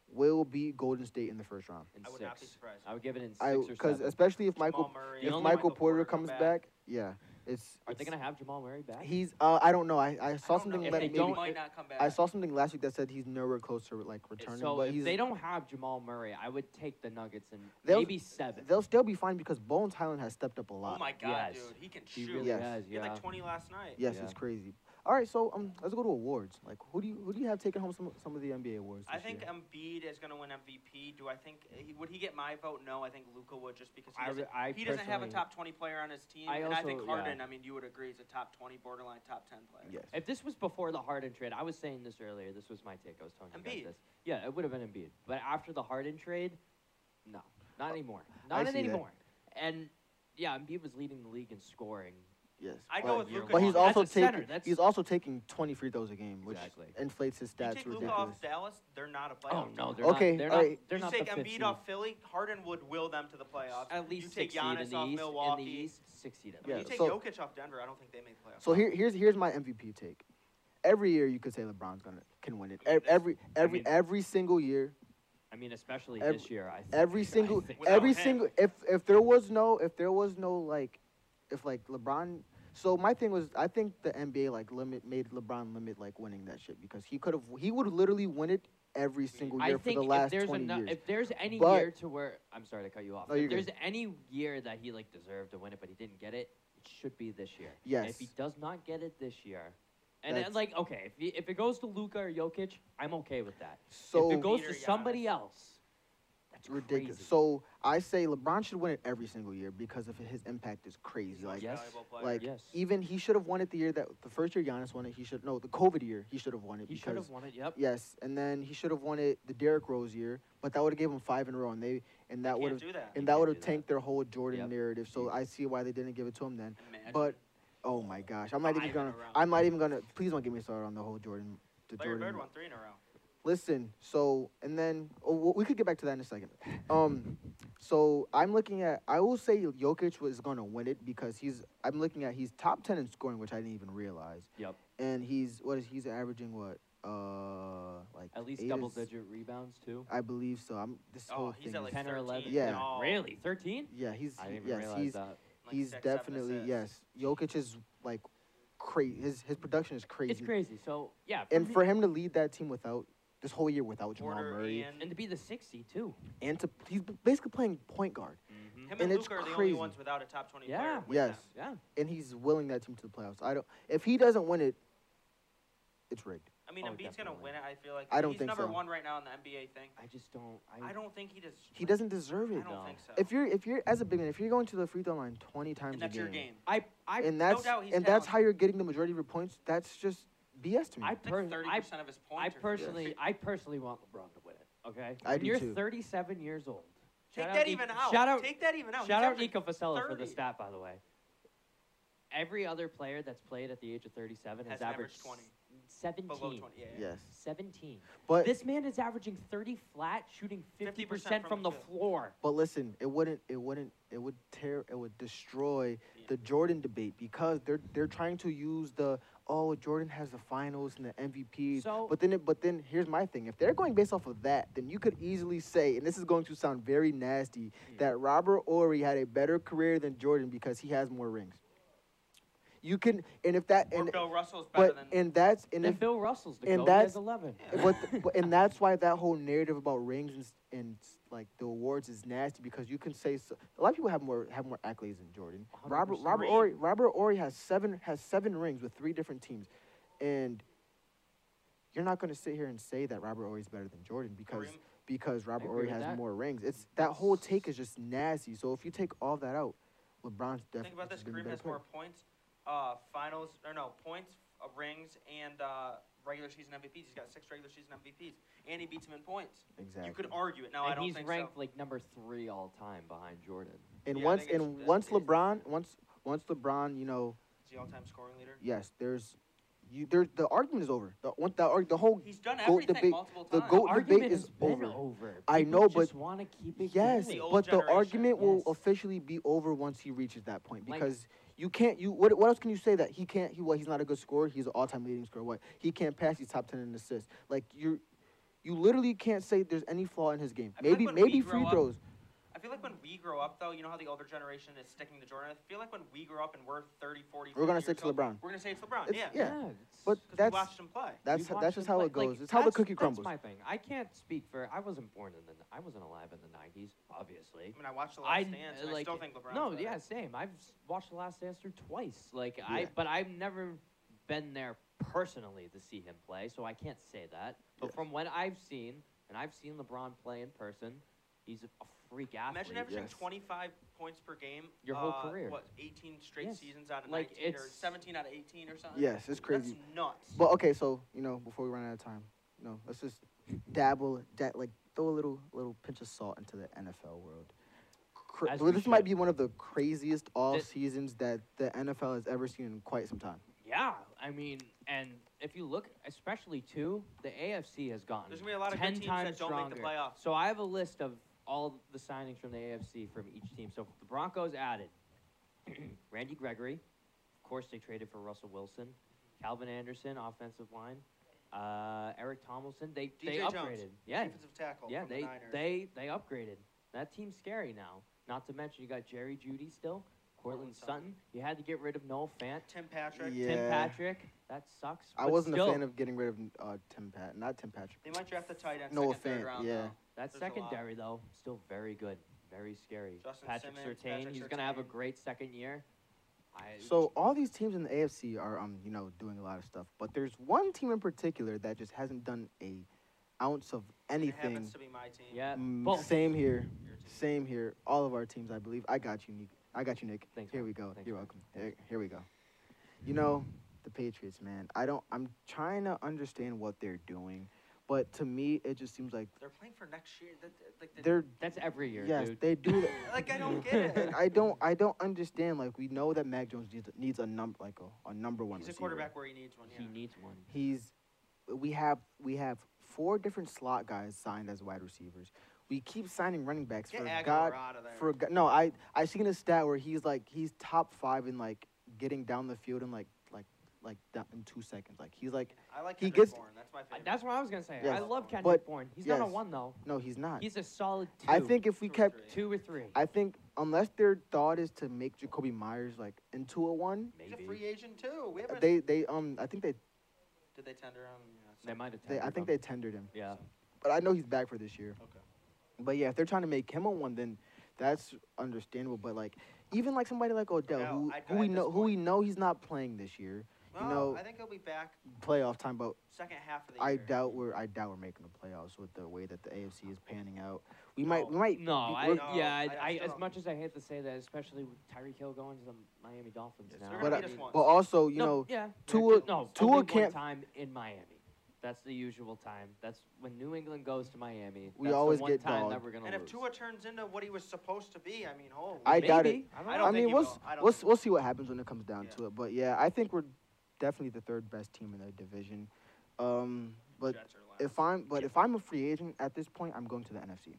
Speaker 1: will beat Golden State in the first round.
Speaker 2: In
Speaker 3: I would
Speaker 2: six.
Speaker 3: not be surprised.
Speaker 2: I would give it in six
Speaker 1: I
Speaker 2: or
Speaker 1: because
Speaker 2: seven.
Speaker 1: especially if Michael
Speaker 3: Jamal Murray,
Speaker 1: if
Speaker 2: only
Speaker 1: Michael,
Speaker 2: Michael
Speaker 1: Porter,
Speaker 3: come
Speaker 1: comes back, yeah, it's.
Speaker 2: Are they
Speaker 1: it's-
Speaker 2: gonna have Jamal Murray back?
Speaker 1: He's uh, I don't know. I, I
Speaker 3: I
Speaker 1: saw
Speaker 3: don't
Speaker 1: something
Speaker 3: know.
Speaker 2: If
Speaker 1: that
Speaker 2: they
Speaker 1: maybe
Speaker 2: don't-
Speaker 3: might not come back.
Speaker 1: I saw something last week that said he's nowhere close to like returning,
Speaker 2: so
Speaker 1: but
Speaker 2: if
Speaker 1: he's
Speaker 2: they don't have Jamal Murray, I would take the Nuggets in
Speaker 1: They'll-
Speaker 2: maybe seven.
Speaker 1: they'll still be fine because Bones Highland has stepped up a lot.
Speaker 3: Oh my god,
Speaker 2: Yes.
Speaker 3: dude, he can
Speaker 2: He
Speaker 3: shoot.
Speaker 2: really
Speaker 1: Yes.
Speaker 2: does.
Speaker 3: He
Speaker 2: Yeah.
Speaker 3: had like 20 last night.
Speaker 1: yes,
Speaker 2: Yeah.
Speaker 1: it's crazy. All right, so um, let's go to awards. Like, who do you who do you have taking home some some of the NBA awards?
Speaker 3: I
Speaker 1: this
Speaker 3: think
Speaker 1: year?
Speaker 3: Embiid is going to win MVP. Do I think eh, he, would he get my vote? No, I think Luca would just because he
Speaker 2: I
Speaker 3: doesn't,
Speaker 2: re- I
Speaker 3: he doesn't have a
Speaker 2: personally-
Speaker 3: top 20 player on his team.
Speaker 2: I
Speaker 3: and I
Speaker 2: also-
Speaker 3: think
Speaker 2: yeah.
Speaker 3: Harden, I mean, you would agree, is a top 20, borderline top 10 player.
Speaker 1: yes.
Speaker 2: If this was before the Harden trade, I was saying this earlier. This was my take. I was telling you
Speaker 3: Embiid.
Speaker 2: guys this. Yeah, it would have been Embiid. But after the Harden trade, no,
Speaker 3: Oh,
Speaker 2: not anymore.
Speaker 1: I
Speaker 2: Not
Speaker 1: see that.
Speaker 2: anymore. And yeah, Embiid was leading the league in scoring.
Speaker 1: Yes.
Speaker 3: I
Speaker 1: but,
Speaker 3: go with
Speaker 2: year
Speaker 3: Luka.
Speaker 1: but he's
Speaker 2: That's
Speaker 1: also
Speaker 2: a center,
Speaker 1: taking
Speaker 2: that's-
Speaker 1: he's also taking 20 free throws a game, which
Speaker 2: Exactly.
Speaker 1: inflates his
Speaker 3: you
Speaker 1: stats
Speaker 3: take Luca
Speaker 1: ridiculous.
Speaker 3: off Dallas, they're not a
Speaker 2: Oh
Speaker 3: playoff.
Speaker 2: no,
Speaker 3: team.
Speaker 2: they're not-
Speaker 1: Okay,
Speaker 2: They're
Speaker 1: alright.
Speaker 2: not. They're
Speaker 3: you
Speaker 2: not the
Speaker 3: take
Speaker 2: fifth
Speaker 3: Embiid
Speaker 2: seed.
Speaker 3: off Philly, Harden would will them to the playoffs.
Speaker 2: At least
Speaker 3: you take
Speaker 2: six seed in
Speaker 3: Giannis
Speaker 2: the
Speaker 3: off
Speaker 2: East.
Speaker 3: Milwaukee.
Speaker 2: In the East, six seed.
Speaker 3: I mean,
Speaker 1: Yeah,
Speaker 3: you take
Speaker 1: so-
Speaker 3: Jokic off Denver, I don't think they make playoffs.
Speaker 1: So here, here's here's my MVP take. Every year you could say LeBron's gonna can win it. Ev- Every every
Speaker 2: mean-
Speaker 1: every single year,
Speaker 2: I mean, especially
Speaker 1: Ev-
Speaker 2: this year. I think, I
Speaker 1: every single
Speaker 2: think
Speaker 3: Without
Speaker 1: every
Speaker 3: him.
Speaker 1: single if if there was no if there was no like if like LeBron. So my thing was I think the NBA like limit made LeBron limit like winning that shit because he could have he would literally win it every single
Speaker 2: I
Speaker 1: year for
Speaker 2: think
Speaker 1: the last
Speaker 2: if there's
Speaker 1: twenty
Speaker 2: ano-
Speaker 1: years.
Speaker 2: if there's any
Speaker 1: But-
Speaker 2: year to where I'm sorry to cut you off.
Speaker 1: No,
Speaker 2: if
Speaker 1: you're
Speaker 2: there's
Speaker 1: good.
Speaker 2: any year that he like deserved to win it, but he didn't get it, it should be this year.
Speaker 1: Yes.
Speaker 2: If he does not get it this year, and then,
Speaker 1: That's-
Speaker 2: like okay, if he, if it goes to Luca or Jokic, I'm okay with that.
Speaker 1: so
Speaker 2: if it goes
Speaker 3: Peter
Speaker 2: to somebody
Speaker 3: Giannis.
Speaker 2: else, that's
Speaker 1: ridiculous.
Speaker 2: Crazy.
Speaker 1: So I say LeBron should win it every single year because of his impact is crazy.
Speaker 3: Most
Speaker 1: Like
Speaker 2: Yes.
Speaker 3: valuable player.
Speaker 1: like
Speaker 2: Yes.
Speaker 1: even he should have won it the year that the first year Giannis won it. He should no the COVID year he should have won it
Speaker 2: he should
Speaker 1: because
Speaker 2: have won it. Yep.
Speaker 1: yes, and then he should have won it the Derrick Rose year, but that would have gave him five in a row, and they and that
Speaker 3: Can't
Speaker 1: would have
Speaker 3: do that.
Speaker 1: and
Speaker 2: You
Speaker 1: that
Speaker 2: can't
Speaker 1: would have
Speaker 2: do that.
Speaker 1: tanked their whole Jordan
Speaker 2: Yep.
Speaker 1: narrative. So
Speaker 2: You-
Speaker 1: I see why they didn't give it to him then.
Speaker 3: Imagine.
Speaker 1: But oh my gosh, I'm not
Speaker 3: Five
Speaker 1: even
Speaker 3: in
Speaker 1: gonna.
Speaker 3: a row.
Speaker 1: I'm not even gonna. Please don't get me started on the whole Jordan. The
Speaker 3: Larry
Speaker 1: Jordan.
Speaker 3: Bird won three in a row.
Speaker 1: Listen, so and then oh, w- we could get back to that in a second. Um, so I'm looking at. I will say Jokic was gonna win it because he's. I'm looking at he's top ten in scoring, which I didn't even realize.
Speaker 2: Yep.
Speaker 1: And he's what is he's averaging what uh like
Speaker 2: At least
Speaker 1: eight
Speaker 2: double
Speaker 1: ass-
Speaker 2: digit rebounds too.
Speaker 1: I believe so. I'm this
Speaker 3: Oh,
Speaker 1: whole
Speaker 3: he's
Speaker 1: thing.
Speaker 3: at
Speaker 1: is-
Speaker 3: like
Speaker 2: Ten or
Speaker 3: 13.
Speaker 2: eleven.
Speaker 1: Yeah.
Speaker 3: No.
Speaker 2: Really, thirteen?
Speaker 1: yeah, he's
Speaker 2: I
Speaker 1: he-
Speaker 2: didn't even
Speaker 1: yes,
Speaker 2: realize
Speaker 1: he's
Speaker 2: that.
Speaker 3: Like
Speaker 1: he's
Speaker 3: six, seven
Speaker 1: definitely
Speaker 3: assists.
Speaker 1: yes. Jokic is like crazy. His his production is crazy.
Speaker 2: It's crazy. So yeah.
Speaker 1: And
Speaker 2: me-
Speaker 1: for him to lead that team without this whole year without Jamal
Speaker 3: Porter
Speaker 1: Murray
Speaker 3: and,
Speaker 2: and to be the six seed too.
Speaker 1: and to he's basically playing point guard
Speaker 2: Mm-hmm.
Speaker 3: him
Speaker 1: and
Speaker 3: and
Speaker 1: it's
Speaker 3: Luka are the only
Speaker 1: crazy.
Speaker 3: ones without a top 20
Speaker 2: Yeah.
Speaker 3: player. with
Speaker 1: Yes.
Speaker 3: them.
Speaker 2: Yeah.
Speaker 1: and he's willing that team to the playoffs. I don't. If he doesn't win it, it's rigged.
Speaker 3: I mean,
Speaker 2: Oh,
Speaker 3: Embiid's gonna
Speaker 2: definitely.
Speaker 3: win it. I feel like
Speaker 1: I don't
Speaker 3: he's
Speaker 1: think
Speaker 3: number
Speaker 1: so.
Speaker 3: one right now in the NBA thing.
Speaker 2: I just don't. I,
Speaker 3: I don't think he does.
Speaker 1: He doesn't deserve
Speaker 3: I
Speaker 1: it.
Speaker 3: don't
Speaker 2: No.
Speaker 3: think so.
Speaker 1: If you're if you're as a big man, if you're going to the free throw line 20 times
Speaker 3: and that's
Speaker 1: a game,
Speaker 3: your game.
Speaker 2: I I
Speaker 1: and that's
Speaker 3: doubt he's
Speaker 1: and that's how
Speaker 3: talented.
Speaker 1: you're getting the majority of your points. That's just BS to me.
Speaker 2: I
Speaker 3: Like
Speaker 2: pers-
Speaker 3: thirty
Speaker 2: I
Speaker 3: percent of his
Speaker 2: I
Speaker 3: points. are-
Speaker 2: personally, I personally want LeBron to win it. Okay,
Speaker 1: I
Speaker 2: When
Speaker 1: do
Speaker 2: you're
Speaker 1: too.
Speaker 2: 37 years old.
Speaker 3: take
Speaker 2: shout
Speaker 3: that
Speaker 2: Ni-
Speaker 3: even out.
Speaker 2: Shout out,
Speaker 3: Take that even out.
Speaker 2: shout
Speaker 3: He's
Speaker 2: out
Speaker 3: averaging-
Speaker 2: Nico Fasella for
Speaker 3: 30.
Speaker 2: the stat, by the way. Every other player that's played at the age of 37 has,
Speaker 3: Has averaged
Speaker 2: averaged
Speaker 3: 20.
Speaker 2: s- 17.
Speaker 3: below twenty. Yeah. yeah.
Speaker 1: yes,
Speaker 2: 17.
Speaker 1: but
Speaker 2: This man is averaging 30 flat, shooting 50%,
Speaker 3: 50%
Speaker 2: from,
Speaker 3: from
Speaker 2: the
Speaker 3: the field.
Speaker 2: floor.
Speaker 1: but listen, it wouldn't. It wouldn't. It would tear. It would destroy
Speaker 3: Yeah.
Speaker 1: the Jordan debate because they're they're trying to use the oh Jordan has the finals and the MVP.
Speaker 2: So-
Speaker 1: but then it, but then here's my thing. If they're going based off of that, then you could easily say, and this is going to sound very nasty,
Speaker 3: Hmm.
Speaker 1: that Robert Ory had a better career than Jordan because he has more rings. You can, and if that,
Speaker 3: Or
Speaker 1: and
Speaker 3: Bill Russell's better
Speaker 1: but
Speaker 3: than.
Speaker 1: and that's and
Speaker 2: And,
Speaker 1: if
Speaker 2: Bill Russell's the
Speaker 1: and
Speaker 2: GOAT. He has
Speaker 1: that's-
Speaker 2: 11.
Speaker 3: Yeah.
Speaker 1: but, th- but and that's why that whole narrative about rings and, s- and s- like the awards is nasty because you can say so, a lot of people have more have more accolades than Jordan. Robert
Speaker 2: 100%.
Speaker 1: Robert
Speaker 3: Reed.
Speaker 1: Ory Robert Ory has seven has seven rings with three different teams, and you're not going to sit here and say that Robert Ory is better than Jordan because
Speaker 3: Kareem.
Speaker 1: because Robert
Speaker 2: agree
Speaker 1: Ory
Speaker 2: with
Speaker 1: has
Speaker 2: that.
Speaker 1: more rings. It's that whole take is just nasty. So if you take all that out, LeBron's definitely
Speaker 3: Think about this. Kareem has more points, uh, finals or no points, uh, rings, and uh, regular season MVPs. He's got six regular season MVPs, and he beats him in points.
Speaker 1: exactly.
Speaker 3: You could argue it. No, I
Speaker 2: and
Speaker 3: don't
Speaker 2: he's
Speaker 3: think
Speaker 2: ranked
Speaker 3: so.
Speaker 2: like number three all time behind Jordan.
Speaker 1: and
Speaker 3: yeah, I
Speaker 1: once
Speaker 3: think it's-
Speaker 1: and
Speaker 3: that's-
Speaker 1: once
Speaker 3: it's-
Speaker 1: LeBron once once LeBron you know.
Speaker 3: Is he all-time scoring leader?
Speaker 1: yes, there's you there the argument is over. The one the, arg- the whole
Speaker 3: He's done
Speaker 1: Goat
Speaker 3: everything
Speaker 1: debate-
Speaker 3: multiple
Speaker 1: the
Speaker 3: times.
Speaker 1: goat- debate
Speaker 2: argument
Speaker 1: is
Speaker 2: has been
Speaker 1: over. I
Speaker 2: I
Speaker 1: know,
Speaker 2: know, but Oh,
Speaker 1: but-
Speaker 2: want to keep it
Speaker 1: yes,
Speaker 2: going.
Speaker 3: The old
Speaker 1: but the
Speaker 3: generation,
Speaker 1: argument will
Speaker 2: yes.
Speaker 1: officially be over once he reaches that point
Speaker 2: Like-
Speaker 1: because you can't you what what else can you say that he can't he well he's not a good scorer he's an all time leading scorer what he can't pass he's top ten in assists like you you literally can't say there's any flaw in his game
Speaker 3: I feel like
Speaker 1: maybe
Speaker 3: when
Speaker 1: maybe
Speaker 3: we grow
Speaker 1: free
Speaker 3: up-
Speaker 1: throws
Speaker 3: I feel like when we grow up, though, you know how the older generation is sticking to Jordan? I feel like when we grow up and we're 30, 40,
Speaker 1: We're gonna
Speaker 3: 50 years
Speaker 1: stick to
Speaker 3: old,
Speaker 1: LeBron.
Speaker 3: We're going to say it's LeBron,
Speaker 1: It's-
Speaker 3: yeah.
Speaker 1: yeah,
Speaker 2: it's-
Speaker 1: but
Speaker 3: Because we
Speaker 1: that's
Speaker 3: watched him play.
Speaker 1: that's
Speaker 2: You
Speaker 1: how,
Speaker 2: watch
Speaker 1: that's
Speaker 2: him
Speaker 1: just how
Speaker 2: play-
Speaker 1: it goes
Speaker 2: like,
Speaker 1: it's how the
Speaker 2: that's-
Speaker 1: cookie crumbles
Speaker 2: That's my thing. I can't speak for. I wasn't born in the. I wasn't alive in the '90s, obviously.
Speaker 3: I mean, I watched The Last
Speaker 2: I
Speaker 3: Dance, and
Speaker 2: like,
Speaker 3: I still think LeBron's
Speaker 2: No,
Speaker 3: better.
Speaker 2: yeah, same. I've s- watched The Last Dance through twice. Like I,
Speaker 1: Yeah.
Speaker 2: but I've never been there personally to see him play, so I can't say that. But
Speaker 1: Yes.
Speaker 2: from what I've seen, and I've seen LeBron play in person, he's a freak athlete.
Speaker 3: Imagine averaging
Speaker 1: yes.
Speaker 3: 25 points per game.
Speaker 2: Your whole
Speaker 3: uh,
Speaker 2: career.
Speaker 3: What, 18 straight
Speaker 2: Yes.
Speaker 3: seasons out of
Speaker 2: Like,
Speaker 3: 19 or
Speaker 2: it's-
Speaker 3: 17 out of 18 or something?
Speaker 1: yes it's crazy
Speaker 3: That's nuts.
Speaker 1: But okay, so you know, before we run out of time, you know, let's just dabble, da- like throw a little little pinch of salt into the NFL world. Cra-
Speaker 2: As
Speaker 1: well,
Speaker 2: we
Speaker 1: this might
Speaker 2: should.
Speaker 1: be one of the craziest all
Speaker 2: Thi-
Speaker 1: seasons that the NFL has ever seen in quite some time.
Speaker 2: Yeah, I mean, and if you look, especially too, the AFC has gotten
Speaker 3: There's going to be a lot of
Speaker 2: ten
Speaker 3: good teams
Speaker 2: times
Speaker 3: that don't
Speaker 2: stronger.
Speaker 3: make the playoffs.
Speaker 2: So I have a list of all the signings from the AFC from each team. So the Broncos added Randy Gregory. Of course, they traded for Russell Wilson, Calvin Anderson, offensive line, uh, Eric Tomlinson. They they
Speaker 3: DJ
Speaker 2: upgraded.
Speaker 3: Jones,
Speaker 2: Yeah,
Speaker 3: Defensive tackle
Speaker 2: yeah,
Speaker 3: from
Speaker 2: they
Speaker 3: the Niners.
Speaker 2: they they upgraded. That team's scary now. Not to mention you got Jerry Judy still, Cortland
Speaker 3: Cortland
Speaker 2: Sutton.
Speaker 3: Sutton.
Speaker 2: You had to get rid of Noel Fant.
Speaker 3: Tim Patrick.
Speaker 1: Yeah.
Speaker 2: Tim Patrick. That sucks.
Speaker 1: I
Speaker 2: but
Speaker 1: wasn't
Speaker 2: still,
Speaker 1: a fan of getting rid of uh, Tim Pat, not Tim Patrick.
Speaker 3: They might draft the tight end
Speaker 1: No
Speaker 3: second, third
Speaker 1: offense,
Speaker 3: round,
Speaker 1: yeah.
Speaker 3: though.
Speaker 2: that
Speaker 3: there's a lot.
Speaker 2: secondary though. Still very good, very scary.
Speaker 3: Justin
Speaker 2: Patrick
Speaker 3: Simmons,
Speaker 2: Surtain,
Speaker 3: Patrick
Speaker 2: he's gonna have a
Speaker 3: Surtain.
Speaker 2: great second year. I,
Speaker 1: So all these teams in the AFC are, um, you know, doing a lot of stuff. But there's one team in particular that just hasn't done a ounce of
Speaker 3: It
Speaker 1: anything.
Speaker 3: happens to be my team.
Speaker 2: yeah,
Speaker 1: Mm,
Speaker 2: both.
Speaker 1: Same here.
Speaker 3: Your team.
Speaker 1: Same here. All of our teams, I believe. I got you, Nick. I got you, Nick.
Speaker 2: Thanks,
Speaker 1: here
Speaker 2: man.
Speaker 1: we go.
Speaker 2: Thanks,
Speaker 1: You're
Speaker 2: man.
Speaker 1: welcome. Here, here we go. You know, the Patriots, man. I don't. I'm trying to understand what they're doing, but to me, it just seems like
Speaker 3: They're playing for next year. That, that- like, they-
Speaker 1: they're.
Speaker 2: That's every year,
Speaker 1: Yes,
Speaker 2: dude.
Speaker 1: they do. That.
Speaker 3: like I don't get it.
Speaker 1: And I don't. I don't understand. Like we know that Mac Jones needs, needs a number, like a, a number one.
Speaker 3: He's a
Speaker 1: receiver.
Speaker 3: quarterback where he needs one. Yeah.
Speaker 2: He needs one.
Speaker 1: He's. We have we have four different slot guys signed as wide receivers. We keep signing running backs
Speaker 3: Get
Speaker 1: for
Speaker 3: Aguilar
Speaker 1: God
Speaker 3: out of there.
Speaker 1: For gu- no, I I seen a stat where he's like he's top five in like getting down the field in like like like down in two seconds. Like he's like
Speaker 3: I like
Speaker 1: he
Speaker 3: Kendrick
Speaker 1: gets-
Speaker 3: Bourne. That's my
Speaker 2: I-
Speaker 3: favorite.
Speaker 2: that's what I was gonna say. I
Speaker 1: Yes.
Speaker 2: love Kendrick
Speaker 1: But-
Speaker 2: Bourne. He's not a
Speaker 1: yes.
Speaker 2: one though.
Speaker 1: no, he's not.
Speaker 2: He's a solid two.
Speaker 1: I think if we
Speaker 3: Two or
Speaker 1: kept,
Speaker 3: three.
Speaker 2: two or three.
Speaker 1: I think unless their thought is to make Jacoby Myers like into a one,
Speaker 3: He's a free agent too. We haven't.
Speaker 1: they they um I think they
Speaker 3: did they tender him? Yeah, so-
Speaker 2: They might have.
Speaker 1: they I
Speaker 2: tendered
Speaker 1: think
Speaker 2: him.
Speaker 1: they tendered him,
Speaker 2: Yeah.
Speaker 1: but I know he's back for this year.
Speaker 3: Okay.
Speaker 1: But yeah, if they're trying to make him a one, then that's understandable. But like even like somebody like Odell,
Speaker 3: Odell,
Speaker 1: who,
Speaker 3: I'd go
Speaker 1: who we
Speaker 3: at this
Speaker 1: know who we
Speaker 3: point.
Speaker 1: know he's not playing this year, you
Speaker 3: Well,
Speaker 1: know,
Speaker 3: I think he'll be back
Speaker 1: playoff time, but
Speaker 3: second half of the
Speaker 1: I
Speaker 3: year.
Speaker 1: doubt we're I doubt we're making the playoffs with the way that the AFC is panning out. We might we
Speaker 3: No.
Speaker 1: might
Speaker 2: No, I,
Speaker 1: we're-
Speaker 3: No,
Speaker 2: yeah, I,
Speaker 3: I- I
Speaker 2: I,
Speaker 3: still
Speaker 2: as
Speaker 3: don't.
Speaker 2: much as I hate to say that, especially with Tyreek Hill going to the Miami Dolphins
Speaker 3: Yes,
Speaker 2: now.
Speaker 3: they're
Speaker 1: but,
Speaker 3: gonna
Speaker 1: I-
Speaker 3: beat us once.
Speaker 1: but also you
Speaker 2: no,
Speaker 1: know
Speaker 2: yeah,
Speaker 1: Tua-
Speaker 2: no,
Speaker 1: Tua
Speaker 2: only
Speaker 1: can't-
Speaker 2: one time in Miami. That's the usual time. That's when New England goes to Miami.
Speaker 1: We
Speaker 2: that's
Speaker 1: always
Speaker 2: the one
Speaker 1: get
Speaker 2: time that
Speaker 1: dogged.
Speaker 2: we're gonna
Speaker 3: And if
Speaker 2: lose.
Speaker 3: Tua turns into what he was supposed to be, I mean, holy.
Speaker 1: I doubt it.
Speaker 2: Maybe?
Speaker 3: I
Speaker 2: I
Speaker 3: don't
Speaker 1: I
Speaker 2: don't.
Speaker 3: think
Speaker 1: mean
Speaker 3: he
Speaker 1: we'll
Speaker 3: will.
Speaker 1: s-
Speaker 3: I don't
Speaker 1: we'll
Speaker 3: think
Speaker 1: s- we'll see what happens when it comes down
Speaker 3: Yeah.
Speaker 1: to it. But yeah, I think we're definitely the third best team in the division. Um, but
Speaker 3: Jets are last.
Speaker 1: if I'm but if I'm a free agent at this point, I'm going to the NFC.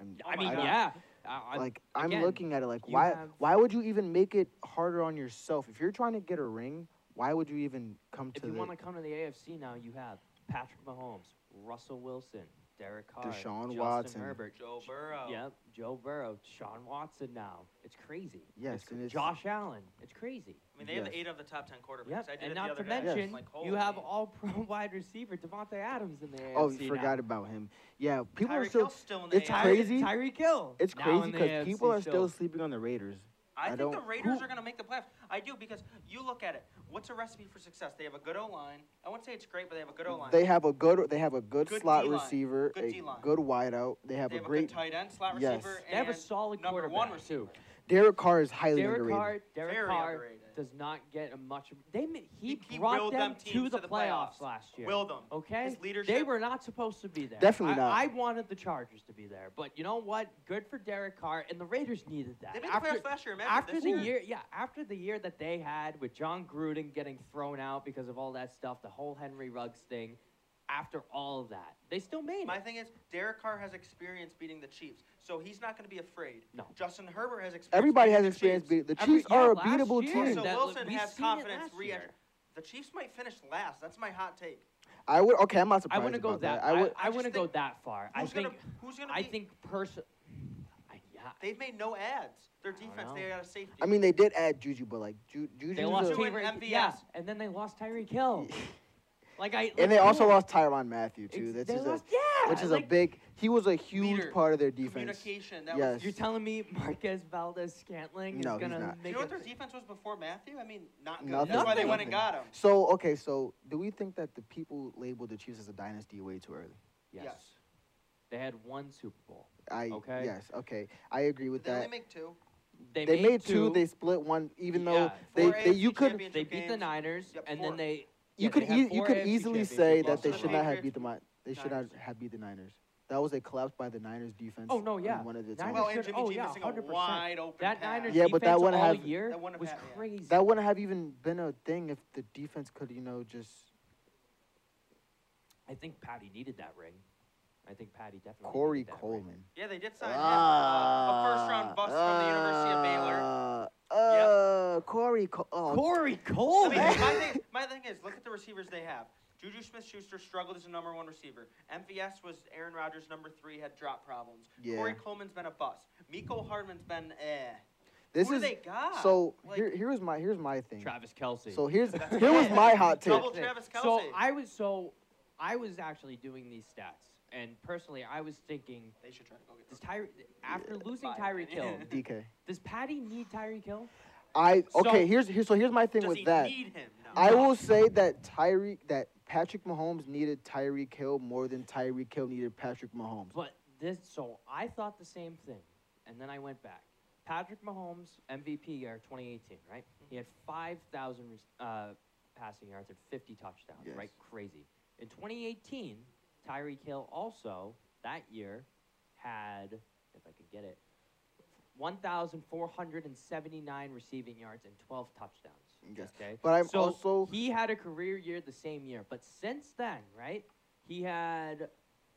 Speaker 1: I'm,
Speaker 2: I
Speaker 3: Oh my
Speaker 2: mean,
Speaker 3: God.
Speaker 2: yeah. I, I,
Speaker 1: like I'm
Speaker 2: again,
Speaker 1: looking at it like
Speaker 2: you
Speaker 1: why
Speaker 2: have-
Speaker 1: why would you even make it harder on yourself if you're trying to get a ring? Why would you even come
Speaker 2: if
Speaker 1: to
Speaker 2: you
Speaker 1: the
Speaker 2: want to come to the AFC now, you have Patrick Mahomes, Russell Wilson, Derek Carr,
Speaker 1: Deshaun
Speaker 2: Justin
Speaker 1: Watson.
Speaker 2: Herbert,
Speaker 3: Joe
Speaker 2: J-
Speaker 3: Burrow.
Speaker 2: Yep, Joe Burrow, Sean Watson. Now it's crazy.
Speaker 1: Yes,
Speaker 2: it's,
Speaker 1: and it's-
Speaker 2: Josh Allen. It's crazy.
Speaker 3: I mean, they have
Speaker 1: Yes.
Speaker 3: eight of the top ten quarterbacks.
Speaker 2: Yep,
Speaker 3: I did
Speaker 2: and
Speaker 3: it the
Speaker 2: not
Speaker 3: other
Speaker 2: to
Speaker 3: day.
Speaker 1: Yes.
Speaker 2: mention
Speaker 3: Like,
Speaker 2: you have
Speaker 3: holy.
Speaker 2: all-pro wide receiver Devontae Adams in the AFC.
Speaker 1: Oh,
Speaker 2: now.
Speaker 1: forgot about him. Yeah, people
Speaker 3: Tyreek
Speaker 1: are still
Speaker 3: Hill's still in the
Speaker 1: it's
Speaker 3: AFC.
Speaker 1: crazy.
Speaker 2: Tyreek Hill.
Speaker 1: it's
Speaker 2: now
Speaker 1: crazy
Speaker 2: in the
Speaker 1: because people
Speaker 2: AFC
Speaker 1: are still
Speaker 2: show.
Speaker 1: sleeping on the Raiders.
Speaker 3: I,
Speaker 1: I
Speaker 3: think the
Speaker 1: don't-
Speaker 3: Raiders
Speaker 1: who-
Speaker 3: are going to make the playoffs. I do because you look at it. What's a recipe for success? They have a good O line. I wouldn't say it's great, but they have a good O line.
Speaker 1: They have a good they have a good,
Speaker 3: Good
Speaker 1: slot
Speaker 3: D-line.
Speaker 1: receiver,
Speaker 3: Good
Speaker 1: a
Speaker 3: D-line.
Speaker 1: good wideout. They have
Speaker 3: They
Speaker 1: a
Speaker 3: have
Speaker 1: great
Speaker 3: good tight end, slot
Speaker 1: Yes.
Speaker 3: receiver,
Speaker 2: They have a
Speaker 3: and
Speaker 2: solid
Speaker 3: number one
Speaker 2: quarterback,
Speaker 3: receiver.
Speaker 2: too.
Speaker 1: Derek Carr is highly
Speaker 2: Derek
Speaker 1: underrated.
Speaker 2: Carr, Derek
Speaker 3: Very
Speaker 2: Carr
Speaker 3: underrated.
Speaker 2: does not get a much. They ma- he,
Speaker 3: He- he
Speaker 2: brought
Speaker 3: willed
Speaker 2: them,
Speaker 3: them
Speaker 2: to
Speaker 3: teams
Speaker 2: the,
Speaker 3: to the
Speaker 2: playoffs,
Speaker 3: playoffs.
Speaker 2: last year.
Speaker 3: Will them.
Speaker 2: Okay,
Speaker 3: His leadership.
Speaker 2: they were not supposed to be there.
Speaker 1: Definitely
Speaker 2: I-
Speaker 1: not.
Speaker 2: I wanted the Chargers to be there, but you know what? Good for Derek Carr, and the Raiders needed that.
Speaker 3: They made
Speaker 2: After-
Speaker 3: the playoffs last year. Imagine
Speaker 2: after
Speaker 3: this
Speaker 2: the year, yeah, after the year that they had with John Gruden getting thrown out because of all that stuff, the whole Henry Ruggs thing, after all of that, they still made
Speaker 3: My
Speaker 2: it.
Speaker 3: thing is, Derek Carr has experience beating the Chiefs, so he's not going to be afraid.
Speaker 2: No.
Speaker 3: Justin Herbert has experience.
Speaker 1: Everybody
Speaker 3: beating
Speaker 1: has
Speaker 3: the
Speaker 1: experience. Beat,
Speaker 3: Chiefs.
Speaker 1: the
Speaker 2: Every-
Speaker 1: Chiefs are a
Speaker 2: yeah, last
Speaker 1: beatable
Speaker 2: year,
Speaker 1: team.
Speaker 3: So
Speaker 2: that-
Speaker 3: Wilson
Speaker 2: we
Speaker 3: has
Speaker 2: seen it
Speaker 3: confidence
Speaker 2: last
Speaker 3: re-entry.
Speaker 2: year.
Speaker 3: The Chiefs might finish last. That's my hot take.
Speaker 1: I would okay. I'm not
Speaker 2: I
Speaker 1: surprised.
Speaker 2: wouldn't go
Speaker 1: about
Speaker 2: that.
Speaker 1: I would.
Speaker 2: I,
Speaker 3: I just
Speaker 2: wouldn't go
Speaker 3: think-
Speaker 2: that far. I
Speaker 3: Who's
Speaker 2: think.
Speaker 3: gonna, who's going to be?
Speaker 2: I think person. Yeah.
Speaker 3: they've made no ads. Their
Speaker 2: don't
Speaker 3: defense,
Speaker 2: know.
Speaker 3: they got a safety.
Speaker 1: I mean, they did add Juju, but like Ju- Juju.
Speaker 2: They lost
Speaker 3: Juju and
Speaker 2: Tyreek.
Speaker 3: MVS.
Speaker 2: Yeah, and then they lost Tyreek Hill. Like I. like,
Speaker 1: and they also
Speaker 2: who-
Speaker 1: lost Tyron Matthew too.
Speaker 2: ex-
Speaker 1: That's
Speaker 2: they
Speaker 1: just
Speaker 2: lost-
Speaker 1: a,
Speaker 2: yeah,
Speaker 1: which is a
Speaker 2: like,
Speaker 1: big. He was a huge
Speaker 3: Leader.
Speaker 1: part of their defense.
Speaker 3: Communication. That
Speaker 1: Yes.
Speaker 3: was
Speaker 2: You're telling me Marquez Valdez Scantling
Speaker 1: No,
Speaker 2: is
Speaker 1: he's
Speaker 2: gonna
Speaker 1: not.
Speaker 3: You
Speaker 2: make
Speaker 3: know what
Speaker 2: a-
Speaker 3: their defense was before Matthew? I mean, not good.
Speaker 1: Nothing.
Speaker 3: That's why they went
Speaker 1: Nothing.
Speaker 3: and got him.
Speaker 1: So okay, so do we think that the people labeled the Chiefs as a dynasty way too early?
Speaker 2: yes. They had one Super Bowl.
Speaker 1: I
Speaker 2: Okay.
Speaker 1: yes, okay, I agree with
Speaker 3: They only
Speaker 1: that.
Speaker 3: make two.
Speaker 2: They,
Speaker 1: They made two. They split one, even though
Speaker 2: Yeah.
Speaker 1: they,
Speaker 3: Four
Speaker 1: they you
Speaker 3: AFC
Speaker 1: could
Speaker 3: championship
Speaker 2: they beat the
Speaker 3: games.
Speaker 2: Niners,
Speaker 3: Yep,
Speaker 2: and
Speaker 3: four.
Speaker 2: then they.
Speaker 1: you
Speaker 2: yeah,
Speaker 1: could
Speaker 2: they had
Speaker 1: eas- you
Speaker 2: four
Speaker 1: could
Speaker 2: AFC
Speaker 1: easily
Speaker 2: championships,
Speaker 1: say that
Speaker 2: lost
Speaker 1: they
Speaker 2: to the
Speaker 1: should not have
Speaker 3: Patriots,
Speaker 1: beat the Mi- they should not
Speaker 3: Niners.
Speaker 1: have beat the Niners. That was a collapse by the Niners defense.
Speaker 2: Oh, no,
Speaker 1: on
Speaker 2: yeah.
Speaker 1: One of the
Speaker 2: Niners
Speaker 1: times.
Speaker 3: Well, and
Speaker 2: should-
Speaker 3: Jimmy
Speaker 2: oh,
Speaker 3: G
Speaker 2: yeah,
Speaker 3: missing a
Speaker 2: 100%.
Speaker 3: wide open
Speaker 2: That
Speaker 3: pass.
Speaker 2: Niners
Speaker 1: Yeah, but
Speaker 2: defense
Speaker 1: that wouldn't
Speaker 2: all
Speaker 1: have-
Speaker 2: year
Speaker 3: That wouldn't
Speaker 2: was
Speaker 3: have- yeah.
Speaker 2: crazy.
Speaker 1: that wouldn't have even been a thing if the defense could you know just
Speaker 2: I think Patty needed that ring. I think Patty definitely.
Speaker 1: Corey
Speaker 2: needed that ring.
Speaker 1: Coleman.
Speaker 3: Yeah, they did sign him. Uh,
Speaker 1: Ah.
Speaker 3: a first round bust from the University of Baylor.
Speaker 1: Uh, uh, Corey. Co- oh,
Speaker 2: Corey
Speaker 3: I
Speaker 2: Coleman.
Speaker 3: mean, my, thing, my thing is, look at the receivers they have. Juju Smith-Schuster struggled as a number one receiver. MVS was Aaron Rodgers' number three, had drop problems.
Speaker 1: Yeah.
Speaker 3: Corey Coleman's been a bust. Miko Hardman's been eh.
Speaker 1: this
Speaker 3: Who
Speaker 1: is
Speaker 3: do they got?
Speaker 1: so.
Speaker 3: Like,
Speaker 1: here, here's my here's my thing.
Speaker 2: Travis Kelsey.
Speaker 1: So here's
Speaker 3: That's
Speaker 1: here was
Speaker 3: it.
Speaker 1: my hot take.
Speaker 3: Double Travis
Speaker 2: So
Speaker 3: Kelce.
Speaker 2: I was so I was actually doing these stats, and personally, I was thinking,
Speaker 3: they should try to go get
Speaker 2: does Tyre after losing
Speaker 3: Bye.
Speaker 2: Tyreek Hill,
Speaker 1: DK.
Speaker 2: does Patty need Tyreek Hill?
Speaker 1: I
Speaker 2: So-
Speaker 1: okay. here's here. So here's my thing
Speaker 3: Does
Speaker 1: with
Speaker 3: he
Speaker 1: that.
Speaker 3: need him? No.
Speaker 1: I will say that Tyreek that Patrick Mahomes needed Tyreek Hill more than Tyreek Hill needed Patrick Mahomes.
Speaker 2: But this, so I thought the same thing, and then I went back. Patrick Mahomes MVP year 2018, right? He had 5,000 rec- uh, passing yards and 50 touchdowns,
Speaker 1: Yes.
Speaker 2: right? Crazy. In 2018, Tyreek Hill also that year had, if I could get it, 1,479 receiving yards and 12 touchdowns.
Speaker 1: Yes.
Speaker 2: Okay.
Speaker 1: But I'm
Speaker 2: so
Speaker 1: also
Speaker 2: he had a career year the same year, but since then, right? He had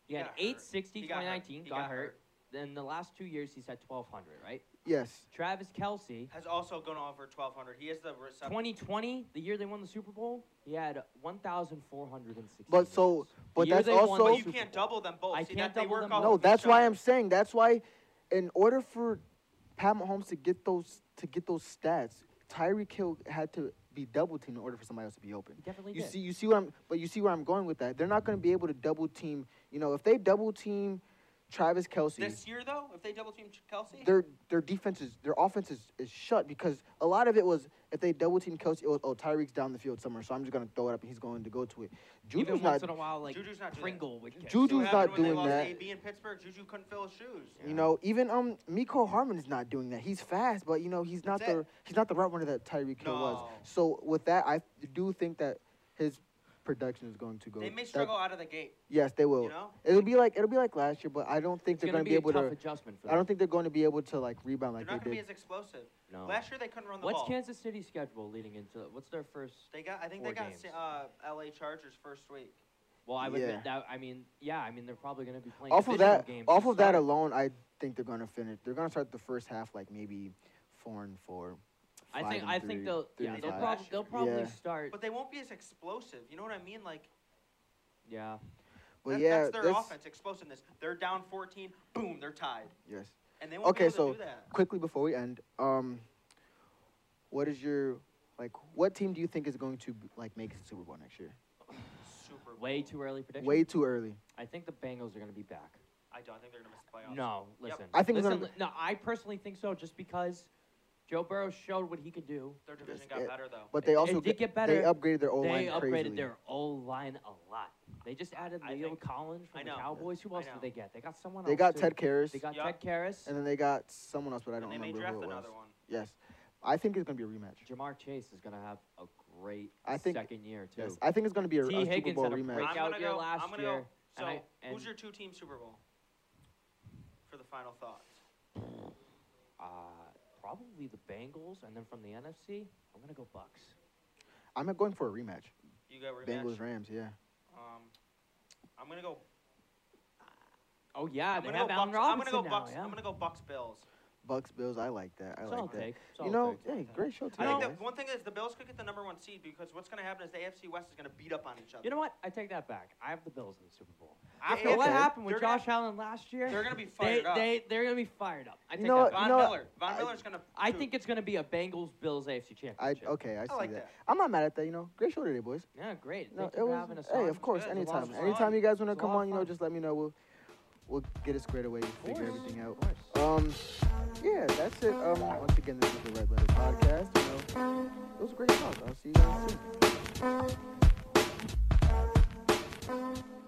Speaker 2: he,
Speaker 3: He
Speaker 2: had
Speaker 3: got hurt.
Speaker 2: 860
Speaker 3: He got hurt.
Speaker 2: 2019,
Speaker 3: He
Speaker 2: got,
Speaker 3: got
Speaker 2: hurt.
Speaker 3: hurt.
Speaker 2: Then the last two years he's had 1200, right?
Speaker 1: yes.
Speaker 2: Travis Kelsey,
Speaker 3: Has also gone over 1,200. He is the reception.
Speaker 2: 2020, the year they won the Super Bowl, he had 1460.
Speaker 1: But so- but that's also-
Speaker 3: But
Speaker 1: Both
Speaker 3: you can't double them both.
Speaker 2: I
Speaker 3: See,
Speaker 2: can't
Speaker 3: that they
Speaker 2: double
Speaker 3: work
Speaker 2: them
Speaker 3: off
Speaker 2: both.
Speaker 1: No,
Speaker 3: of each
Speaker 1: that's why
Speaker 3: other.
Speaker 1: I'm saying that's why in order for Pat Mahomes to get those to get those stats, Tyreek Hill had to be double teamed in order for somebody else to be open.
Speaker 2: He definitely
Speaker 1: You
Speaker 2: did.
Speaker 1: see you see where I'm but you see where I'm going with that. They're not gonna be able to double team you know, if they double team Travis Kelsey
Speaker 3: This year, though, if they double team Kelsey,
Speaker 1: their their defense is their offense is, is shut because a lot of it was If they double team Kelsey, oh, oh Tyreek's down the field somewhere, so I'm just gonna throw it up and he's going to go to it. Juju's
Speaker 2: Even once
Speaker 1: not.
Speaker 2: in a while, like
Speaker 3: Juju's not doing that.
Speaker 2: Pringle would catch.
Speaker 1: Juju's
Speaker 3: what
Speaker 1: not
Speaker 3: happened when
Speaker 1: doing
Speaker 3: they lost
Speaker 1: that.
Speaker 3: AB in Pittsburgh, Juju couldn't fill his shoes.
Speaker 1: You know, even um, Miko Harmon is not doing that. He's fast, but you know he's not
Speaker 3: That's
Speaker 1: the
Speaker 3: it.
Speaker 1: he's not the route runner that Tyreek Hill was.
Speaker 3: No.
Speaker 1: So with that, I do think that his production is going to go.
Speaker 3: They may
Speaker 1: that-
Speaker 3: struggle out of the gate.
Speaker 1: yes, they will.
Speaker 3: You know,
Speaker 1: It'll be like it'll be like last year, but I don't think
Speaker 2: It's
Speaker 1: they're
Speaker 2: gonna
Speaker 1: going to
Speaker 2: be
Speaker 1: be able
Speaker 2: a tough
Speaker 1: to.
Speaker 2: adjustment for
Speaker 1: I don't
Speaker 2: them.
Speaker 1: think they're going to be able to like rebound
Speaker 3: they're
Speaker 1: like
Speaker 3: not
Speaker 1: they
Speaker 3: going to
Speaker 1: did.
Speaker 3: be as explosive.
Speaker 2: No.
Speaker 3: Last year they couldn't run the
Speaker 2: What's
Speaker 3: ball.
Speaker 2: Kansas City's schedule leading into? What's their first?
Speaker 3: They got. I think
Speaker 2: Four
Speaker 3: they got
Speaker 2: games.
Speaker 3: uh, L.A. Chargers first week.
Speaker 2: Well, I would
Speaker 1: Yeah.
Speaker 2: admit that. I mean, yeah. I mean, they're probably going to be playing
Speaker 1: off of
Speaker 2: divisional
Speaker 1: that
Speaker 2: games
Speaker 1: off
Speaker 2: to
Speaker 1: of that
Speaker 2: start.
Speaker 1: alone, I think they're going to finish. They're going to start the first half like maybe four and four.
Speaker 2: I
Speaker 1: five
Speaker 2: think.
Speaker 1: and
Speaker 2: I
Speaker 1: three,
Speaker 2: think they'll.
Speaker 1: three
Speaker 2: Yeah,
Speaker 1: and
Speaker 2: they'll,
Speaker 1: five.
Speaker 2: prob- they'll probably
Speaker 1: Yeah.
Speaker 2: start.
Speaker 3: But they won't be as explosive. You know what I mean? Like
Speaker 2: Yeah.
Speaker 1: But
Speaker 3: that-
Speaker 1: yeah,
Speaker 3: that's their offense explosiveness. They're down 14. Boom, they're tied,
Speaker 1: Yes.
Speaker 3: and they won't
Speaker 1: Okay,
Speaker 3: be able
Speaker 1: so
Speaker 3: to do that.
Speaker 1: Quickly before we end, um, what is your like? What team do you think is going to like make the Super Bowl next year?
Speaker 3: Super.
Speaker 2: Way
Speaker 3: Bowl.
Speaker 2: too early prediction.
Speaker 1: Way too early.
Speaker 2: I think the Bengals are going to be back.
Speaker 3: I don't think they're gonna miss the playoffs.
Speaker 2: No,
Speaker 3: Yep.
Speaker 2: listen.
Speaker 1: I think it's
Speaker 2: listen,
Speaker 1: gonna
Speaker 2: li- no. I personally think so, just because Joe Burrow showed what he could do.
Speaker 3: Their division
Speaker 1: Yes,
Speaker 3: got
Speaker 1: it-
Speaker 3: better though.
Speaker 1: But they
Speaker 2: It-
Speaker 1: also
Speaker 2: it did
Speaker 1: g-
Speaker 2: get better.
Speaker 1: They upgraded their O line
Speaker 2: they upgraded
Speaker 1: crazily.
Speaker 2: their O line a lot. They just added
Speaker 3: I
Speaker 2: Leo
Speaker 3: think-
Speaker 2: Collins from
Speaker 3: I
Speaker 2: the
Speaker 3: know.
Speaker 2: Cowboys. Who
Speaker 3: I
Speaker 2: else did
Speaker 3: know.
Speaker 2: they get? They got someone.
Speaker 1: They
Speaker 2: else
Speaker 1: got
Speaker 2: too.
Speaker 1: Ted Karras,
Speaker 2: They got
Speaker 3: Yup.
Speaker 2: Ted Karras.
Speaker 1: and then they got someone else, but I don't
Speaker 3: and they may
Speaker 1: remember
Speaker 3: draft
Speaker 1: who it was.
Speaker 3: another one.
Speaker 1: Yes, I think it's going to be a rematch.
Speaker 2: Jamar Chase is going to have a great
Speaker 1: I think-
Speaker 2: second year too.
Speaker 1: Yes, I think it's going to be a,
Speaker 2: T.
Speaker 1: a Super
Speaker 2: Higgins
Speaker 1: Bowl
Speaker 2: had a
Speaker 1: rematch.
Speaker 2: breakout
Speaker 3: I'm gonna
Speaker 2: year
Speaker 3: go.
Speaker 2: last
Speaker 3: I'm gonna
Speaker 2: year,
Speaker 3: go. So,
Speaker 2: and I- and-
Speaker 3: who's your two-team Super Bowl? For the final thoughts.
Speaker 2: Uh, probably the Bengals, and then from the NFC, I'm going to go Bucks.
Speaker 1: I'm going for a rematch.
Speaker 3: You go rematch.
Speaker 1: Bengals Rams. Yeah.
Speaker 3: Um, I'm gonna go.
Speaker 2: Oh yeah,
Speaker 3: I'm
Speaker 2: they
Speaker 3: gonna
Speaker 2: have
Speaker 3: go
Speaker 2: Allen
Speaker 3: Bucks. I'm
Speaker 2: Robinson
Speaker 3: gonna go
Speaker 2: now.
Speaker 3: Bucks.
Speaker 2: yeah.
Speaker 3: I'm gonna go Bucks Bills.
Speaker 1: Bucks Bills. I like that. I
Speaker 2: Solid
Speaker 1: like that.
Speaker 2: take,
Speaker 1: You
Speaker 2: solid
Speaker 1: know,
Speaker 2: take.
Speaker 1: hey, great show
Speaker 3: I
Speaker 1: today.
Speaker 3: think
Speaker 1: guys.
Speaker 3: that one thing is the Bills could get the number one seed because what's going to happen is the AFC West is going to beat up on each other.
Speaker 2: You know what? I take that back. I have the Bills in the Super Bowl.
Speaker 3: I-
Speaker 2: After
Speaker 1: okay.
Speaker 2: what happened with
Speaker 3: They're gonna-
Speaker 2: Josh Allen last year,
Speaker 3: They're going to be
Speaker 2: they,
Speaker 3: fired up.
Speaker 2: they they're gonna be fired up. I
Speaker 1: You
Speaker 2: take
Speaker 1: know
Speaker 2: that
Speaker 1: what?
Speaker 2: back.
Speaker 3: Von
Speaker 1: know what?
Speaker 3: Miller. Von
Speaker 1: I-
Speaker 3: Miller's going to.
Speaker 2: I think it's gonna be a Bengals Bills AFC
Speaker 1: I
Speaker 2: championship.
Speaker 1: okay, I see
Speaker 3: like
Speaker 1: that.
Speaker 3: that.
Speaker 1: I'm not mad at that. You know, great show today, boys.
Speaker 2: yeah, great.
Speaker 1: No,
Speaker 2: Thank
Speaker 1: it
Speaker 2: you for
Speaker 1: was.
Speaker 2: having us
Speaker 1: Hey,
Speaker 2: on.
Speaker 1: of course,
Speaker 3: It was a lot
Speaker 1: anytime.
Speaker 3: of fun.
Speaker 1: Anytime you guys want
Speaker 2: It
Speaker 1: to
Speaker 2: was a
Speaker 1: come
Speaker 2: lot of
Speaker 1: on, you know,
Speaker 2: fun.
Speaker 1: just let me know. We'll we'll get it squared away. We'll figure
Speaker 2: course.
Speaker 1: everything out.
Speaker 2: Of course.
Speaker 1: Um, yeah, that's it. Um, once again, this is the Red Letter Podcast. You know, it was a great talk. I'll see you guys soon.